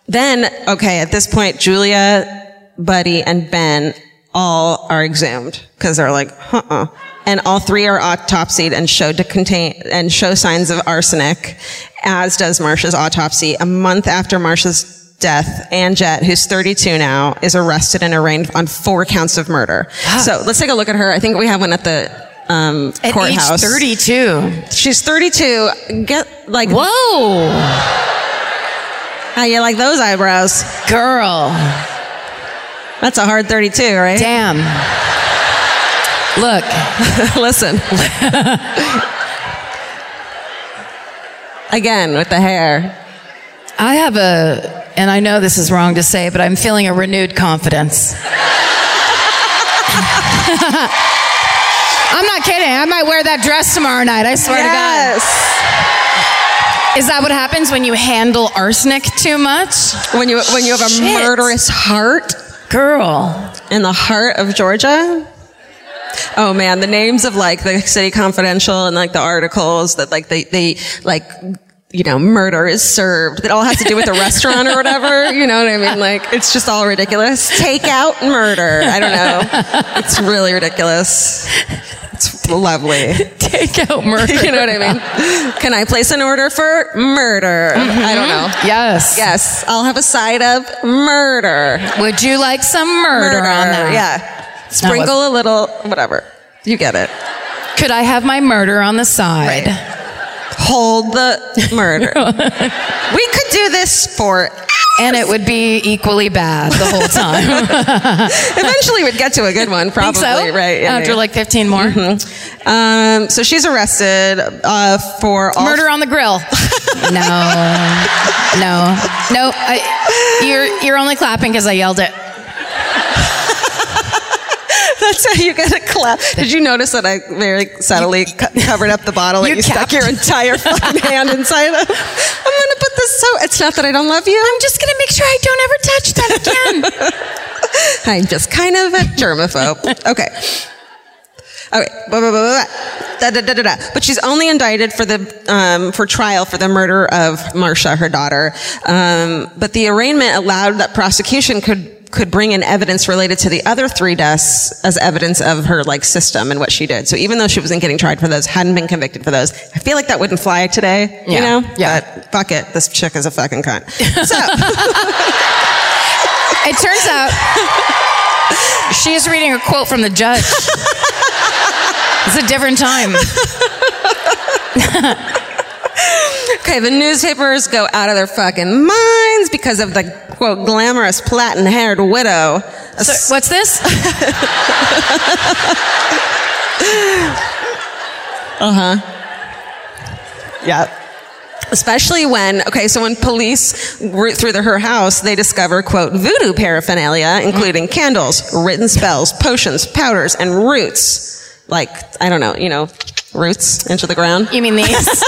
then, okay, at this point, Julia, Buddy, and Ben all are exhumed because they're like, uh-uh. And all three are autopsied and showed to contain, and show signs of arsenic, as does Marsha's autopsy. A month after Marsha's death, Anjet, who's 32 now, is arrested and arraigned on four counts of murder. So let's take a look at her. I think we have one at the, um, At courthouse. age 32. She's 32. Get, like, Whoa, How you like those eyebrows? girl. That's a hard 32, right? Damn. Look, Listen. Again, with the hair. I have a, and I know this is wrong to say, but I'm feeling a renewed confidence. I'm not kidding. I might wear that dress tomorrow night. I swear to God. Is that what happens when you handle arsenic too much? When you when you have a Shit. murderous heart Girl. in the heart of Georgia. Oh man, the names of like the City Confidential and like the articles that like they they like you know murder is served that all has to do with a restaurant or whatever. You know what I mean? Like it's just all ridiculous. Takeout murder. I don't know. It's really ridiculous. It's lovely. Take out murder. You know what I mean? Can I place an order for murder? I don't know. Yes. Yes, I'll have a side of murder. Would you like some murder, on that? Yeah. Sprinkle a little, whatever. You get it. Could I have my murder on the side? Hold the murder. we could do this for. And it would be equally bad the whole time. Eventually, we'd get to a good one, probably. Right. yeah, After yeah. like 15 more. Um, so she's arrested uh, for all Murder on the grill. no. No. No. I, you're, you're only clapping because I yelled it. That's how you get a clap. Did you notice that I very subtly co- covered up the bottle and You you stuck capped- your entire fucking hand inside of? I'm gonna put this so. It's not that I don't love you. I'm Just going to make sure I don't ever touch that again. I'm just kind of a germaphobe. Okay. Okay. Blah, blah, blah, blah, blah. Da, da, da, da, da. But she's only indicted for the um, for trial for the murder of Marsha, her daughter. Um, but the arraignment allowed that prosecution could could bring in evidence related to the other three deaths as evidence of her like system and what she did. So even though she wasn't getting tried for those, hadn't been convicted for those, I feel like that wouldn't fly today. Yeah. You know? Yeah. But fuck it. This chick is a fucking cunt. So. it turns out she is reading a quote from the judge. It's a different time. Okay, the newspapers go out of their fucking minds because of the quote glamorous platin haired widow. So, what's this? Yeah. Especially when, okay, so when police root through the, her house, they discover, quote, voodoo paraphernalia, including candles, written spells, potions, powders, and roots. Like, I don't know, you know, roots into the ground? You mean these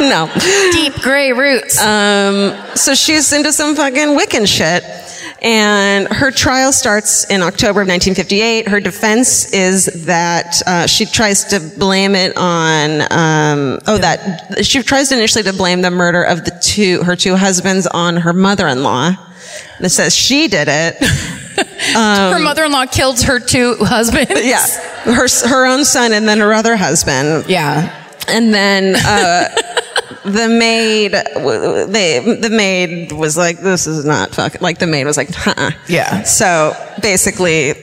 No. deep gray roots? Um, so she's into some fucking Wiccan shit. And her trial starts in October of 1958. Her defense is that uh, she tries to blame it on um, oh that she tries initially to blame the murder of the two her two husbands on her mother-in-law. That says she did it. her mother-in-law killed her two husbands. yeah, her her own son and then her other husband. Yeah. And then uh, the maid, w- w- they, the maid was like, this is not fucking, like the maid was like, uh Yeah. So basically,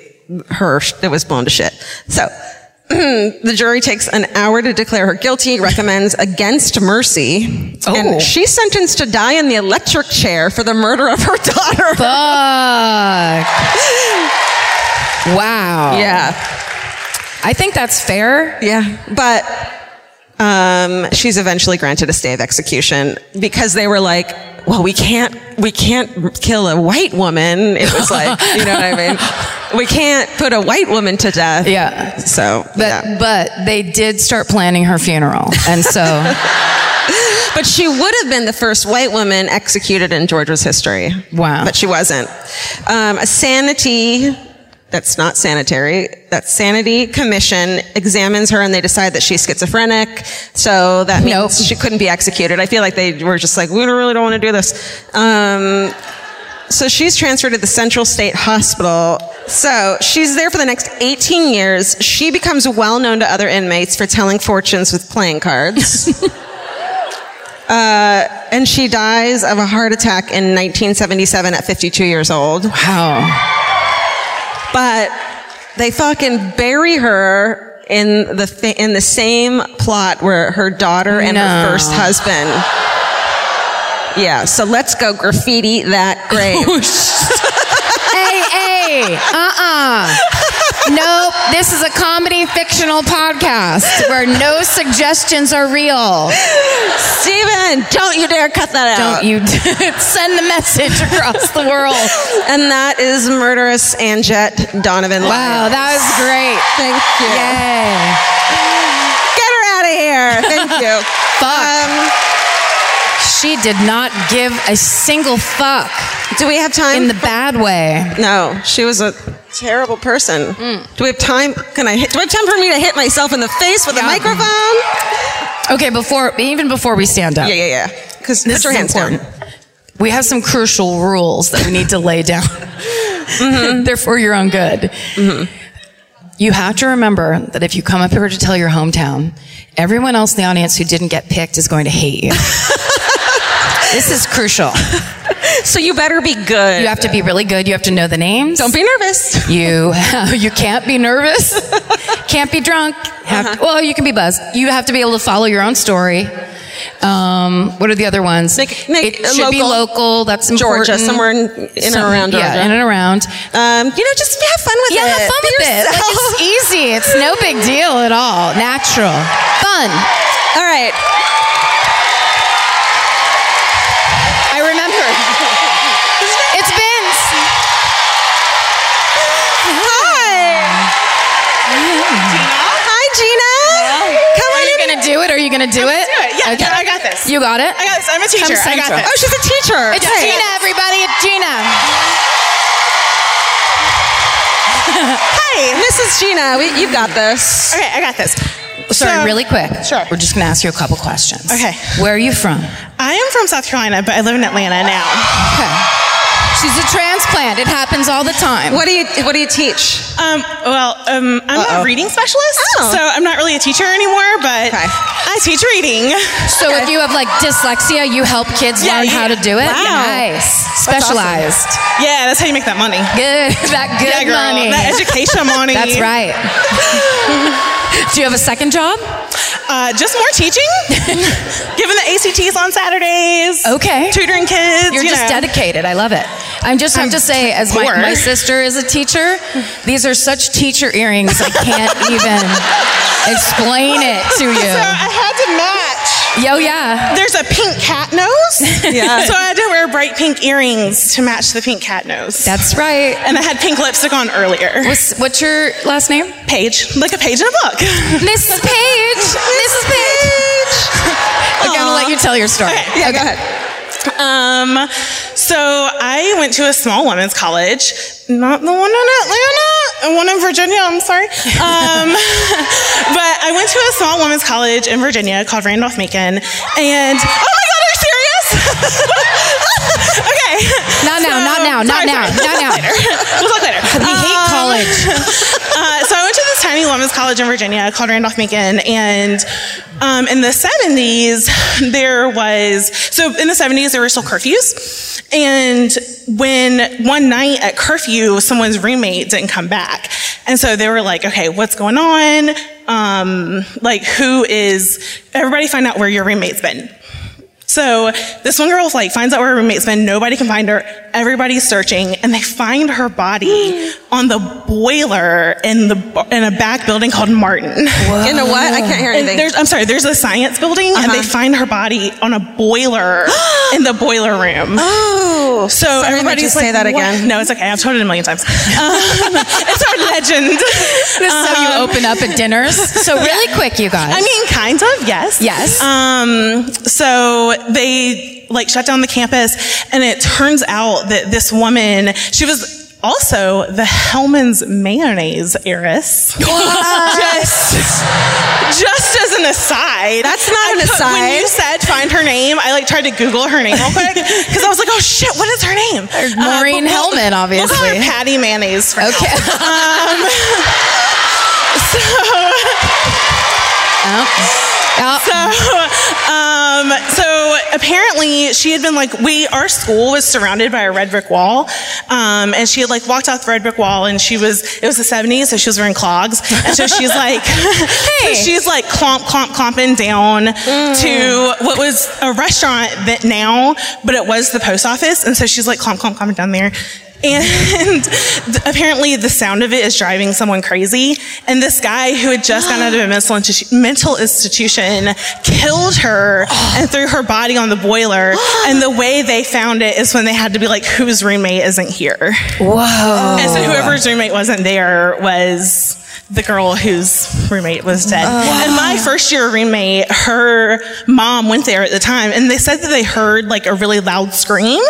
her, sh- it was blown to shit. So the jury takes an hour to declare her guilty, recommends against mercy, Oh. and she's sentenced to die in the electric chair for the murder of her daughter. Fuck. Wow. Yeah. I think that's fair. Yeah, but um, she's eventually granted a stay of execution because they were like, "Well, we can't, we can't kill a white woman." It was like, you know what I mean? We can't put a white woman to death. Yeah. So, But yeah. but they did start planning her funeral. And so but she would have been the first white woman executed in Georgia's history. Wow. But she wasn't. Um, a sanity, that's not sanitary, that's sanity commission examines her and they decide that she's schizophrenic. So that means Nope. she couldn't be executed. I feel like they were just like, we don't really don't want to do this. Um, so she's transferred to the Central State Hospital. So she's there for the next 18 years. She becomes well known to other inmates for telling fortunes with playing cards. Uh, And she dies of a heart attack in 1977 at 52 years old. wow. But they fucking bury her in the fa- in the same plot where her daughter and No. her first husband. Yeah, so let's go graffiti that Oh, grave. hey, hey. Uh-uh. Nope. This is a comedy fictional podcast where no suggestions are real. Steven, don't you dare cut that out. Don't you send the message across the world. And that is murderous Anjet Donovan. Wow, Lyons. that was great. Thank you. Yay. Get her out of here. Thank you. Fuck. Um, she did not give a single fuck do we have time? in the bad way. No, she was a terrible person. Mm. Do we have time? Can I hit? Do I have time for me to hit myself in the face with a Yeah. microphone? Okay, before even before we stand up. Yeah, yeah, yeah. Because This put your is hands down. important. We have some crucial rules that we need to lay down. They're for your own good. You have to remember that if you come up here to tell your hometown, everyone else in the audience who didn't get picked is going to hate you. this is crucial. So you better be good. You have to be really good. You have to know the names. Don't be nervous. You you can't be nervous, can't be drunk. Have, Well, you can be buzzed. You have to be able to follow your own story. Um, what are the other ones? Make- make it a should be local- local. That's important. Georgia, somewhere in, in Some- and around Georgia. Yeah, in and around. um, you know, just have fun with Yeah, it. have fun Be with it. Like, yourself. it's easy. It's no big deal at all. Natural, fun. All right. I remember. It's Vince. Hi. Hi, Gina. Come on Are you in. gonna do it? Are you gonna do it? Yeah, yeah, I got this. You got it. I got this. I'm a teacher. Come I got central. this. Oh, she's a teacher. It's Okay. Gina, everybody. It's Gina. Hey, Mrs. Gina, we, you got this. Okay, I got this. Sorry, So- really quick. Sure. We're just going to ask you a couple questions. Okay. Where are you from? I am from South Carolina, but I live in Atlanta now. Okay. She's a transplant. It happens all the time. What do you What do you teach? Um, well, um, I'm Uh-oh. a reading specialist, Oh. so I'm not really a teacher anymore, but Okay. I teach reading. So if you have like dyslexia, you help kids Yeah, learn yeah. how to do it. Wow. Nice. Specialized. Yeah, that's how you make that money. Good. That good yeah, girl. money. That education money. That's right. do you have a second job? Uh, just more teaching. Giving the ACTs on Saturdays. Okay. Tutoring kids. You're you just know. dedicated. I love it. I just have to say, as my, poor. my sister is a teacher, these are such teacher earrings. I can't even explain it to you. So I had to match. Yo, yeah. There's a pink cat nose. Yeah. so I had to wear bright pink earrings to match the pink cat nose. That's right. and I had pink lipstick on earlier. What's, what's your last name? page, like a page in a book. Mrs. Page. Mrs. Page. Okay, I'm gonna let you tell your story. yeah, go ahead. Um, so I went to a small women's college, not the one in Atlanta, and one in Virginia. I'm sorry, um, but I went to a small women's college in Virginia called Randolph Macon, and oh my God, are you serious? okay. Not now, not now, not now, not now. we'll talk later. Um, We hate college. uh, so I went to this tiny women's college in Virginia called Randolph Macon, and um, in the 70s there was so in the 70s there were still curfews, and when one night at curfew someone's roommate didn't come back, and so they were like, okay, what's going on? Um, like who is? Everybody find out where your roommate's been. So this one girl like finds out where her roommate's been. Nobody can find her. Everybody's searching, and they find her body on the boiler in the bu- in a back building called Martin. You know what? I can't hear And anything. there's, I'm sorry. There's a science building, and Uh-huh. they find her body on a boiler in the boiler room. oh, So sorry, I everybody's just like, say that "What?" again. No, it's okay. I've told it a million times. Um, it's our legend. So you open up at dinners. So really quick, you guys. I mean, kind of, yes. Yes. Um, so they like shut down the campus and it turns out that this woman, she was also the Hellman's mayonnaise heiress. just, just as an aside. That's not I an put- When aside. you said find her name, I like tried to Google her name real quick because I was like, oh shit, what is her name? Uh, Maureen but we'll- Hellman, We'll call her obviously. Patty Mayonnaise for okay. now. So, Oh, So, um, so apparently she had been like, we, our school was surrounded by a red brick wall. Um, and she had like walked off the red brick wall and she was, it was the 70s, so she was wearing clogs. And so she's like, so she's like clomp, clomp, clomping down to what was a restaurant that now, but it was the post office. And so she's like clomp, clomp, clomping down there. And apparently, the sound of it is driving someone crazy. And this guy who had just gone out of a mental, institu- mental institution killed her and threw her body on the boiler. and the way they found it is when they had to be like, whose roommate isn't here? whoa. And Oh. so, whoever's roommate wasn't there was the girl whose roommate was dead. Oh. And my first year roommate, her mom went there at the time, and they said that they heard like a really loud scream,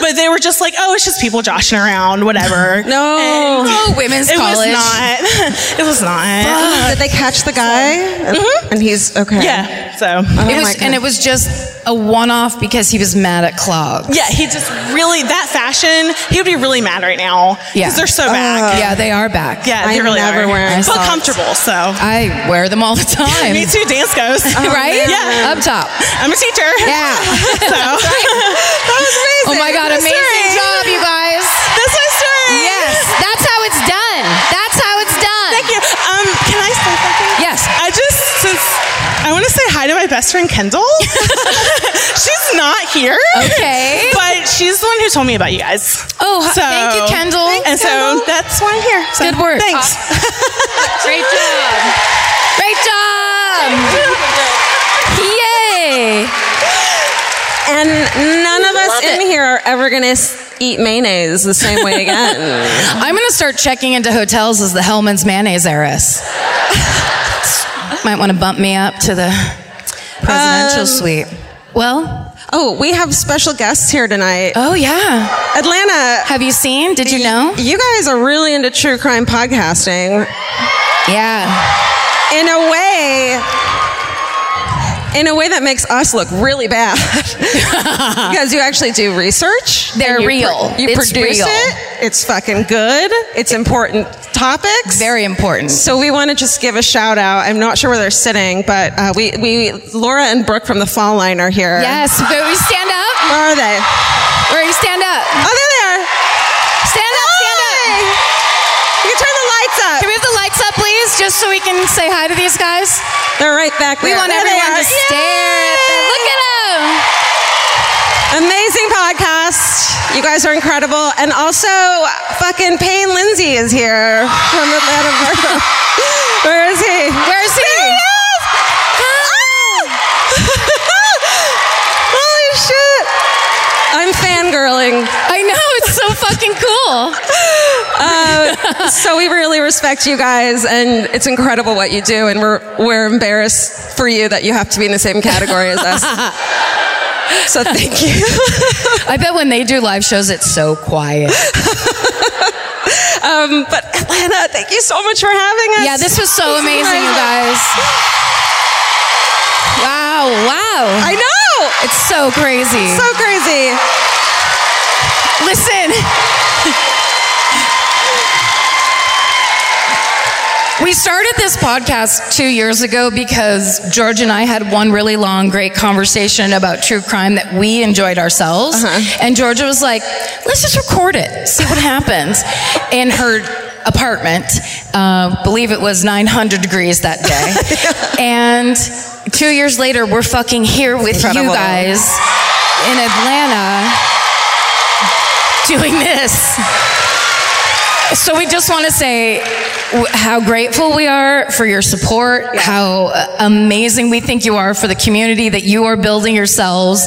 but they were just like, "Oh, it's just people joshing around, whatever." No. Oh, women's it college. was not. It was not. Did they catch the guy? And, and he's okay. Mm-hmm. Yeah. So. It my was, and God. it was just a one-off because he was mad at Clog. Yeah, he just really that fashion. He would be really mad right now because Yeah. Uh, they're so back. Yeah, they are back. yeah, they Uh, I'm really never are. wearing but socks. comfortable. So I wear them all the time. me too. Dance goes. Uh-huh. Right? Yeah. Up top. I'm a teacher. Yeah. So. That was amazing. Oh my God, That's my amazing story. job, you guys. That's my story. Yes, that's how it's done. That's how it's done. Thank you. Um, can I say something? Yes. I just since I want to say hi to my best friend Kendall. she's not here. Okay. But she's the one who told me about you guys. Oh, hi- thank you, Kendall. Thanks, and so Kendall. that's why I'm here. So Good work. Thanks. Great job. Great job. Yay. And none of us in here are ever going to eat mayonnaise the same way again. I'm going to start checking into hotels as the Hellman's Mayonnaise heiress. Might want to bump me up to the presidential Um, suite. Well, oh, we have special guests here tonight. oh yeah. Atlanta. Have you seen? Did you know? You guys are really into true crime podcasting. Yeah. in a way in a way that makes us look really bad because you actually do research They're and you real. you It's produce real. it it's fucking good it's important topics Very important. so we want to just give a shout out i'm not sure where they're sitting but uh, we, we laura and brooke from the fall line are here Yes, but we stand up. where are they Where you stand up. oh there they are Stand up, stand up. you can turn the lights up Can we have the lights up, please, just so we can say hi to these guys? they're right back We there. want There they are. everyone to stare at them. Look at them. Amazing podcast. You guys are incredible. And also, fucking Payne Lindsay is here from Atlanta. Virgo. Where is he? Where's he? There he is! Ah! Holy shit! I'm fangirling. I know, it's so fucking cool. Uh, so we really respect you guys, and it's incredible what you do. And we're we're embarrassed for you that you have to be in the same category as us. So thank you. I bet when they do live shows, it's so quiet. Um, but Atlanta, thank you so much for having us. Yeah, this was so This is amazing, you guys. Wow, wow. I know. It's so crazy. It's so crazy. Listen. We started this podcast two years ago because George and I had one really long, great conversation about true crime that we enjoyed ourselves. And Georgia was like, let's just record it, see what happens. In her apartment, uh, believe it was 900 degrees that day. and two years later, we're fucking here with you Incredible. guys in Atlanta doing this. So we just want to say w- how grateful we are for your support, how uh, amazing we think you are for the community that you are building yourselves,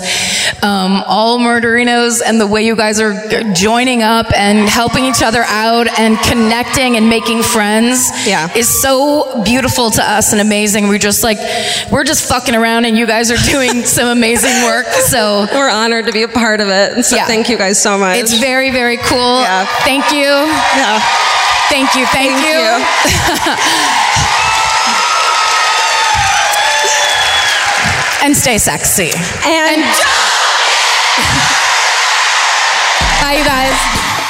um, all murderinos, and the way you guys are g- joining up and helping each other out and connecting and making friends Yeah. is so beautiful to us and amazing. We're just like, we're just fucking around, and you guys are doing some amazing work. So We're honored to be a part of it. And so Yeah. thank you guys so much. it's very, very cool. Yeah. Thank you. Yeah. Thank you, thank, Thank you. you. And stay sexy. And Bye, you guys.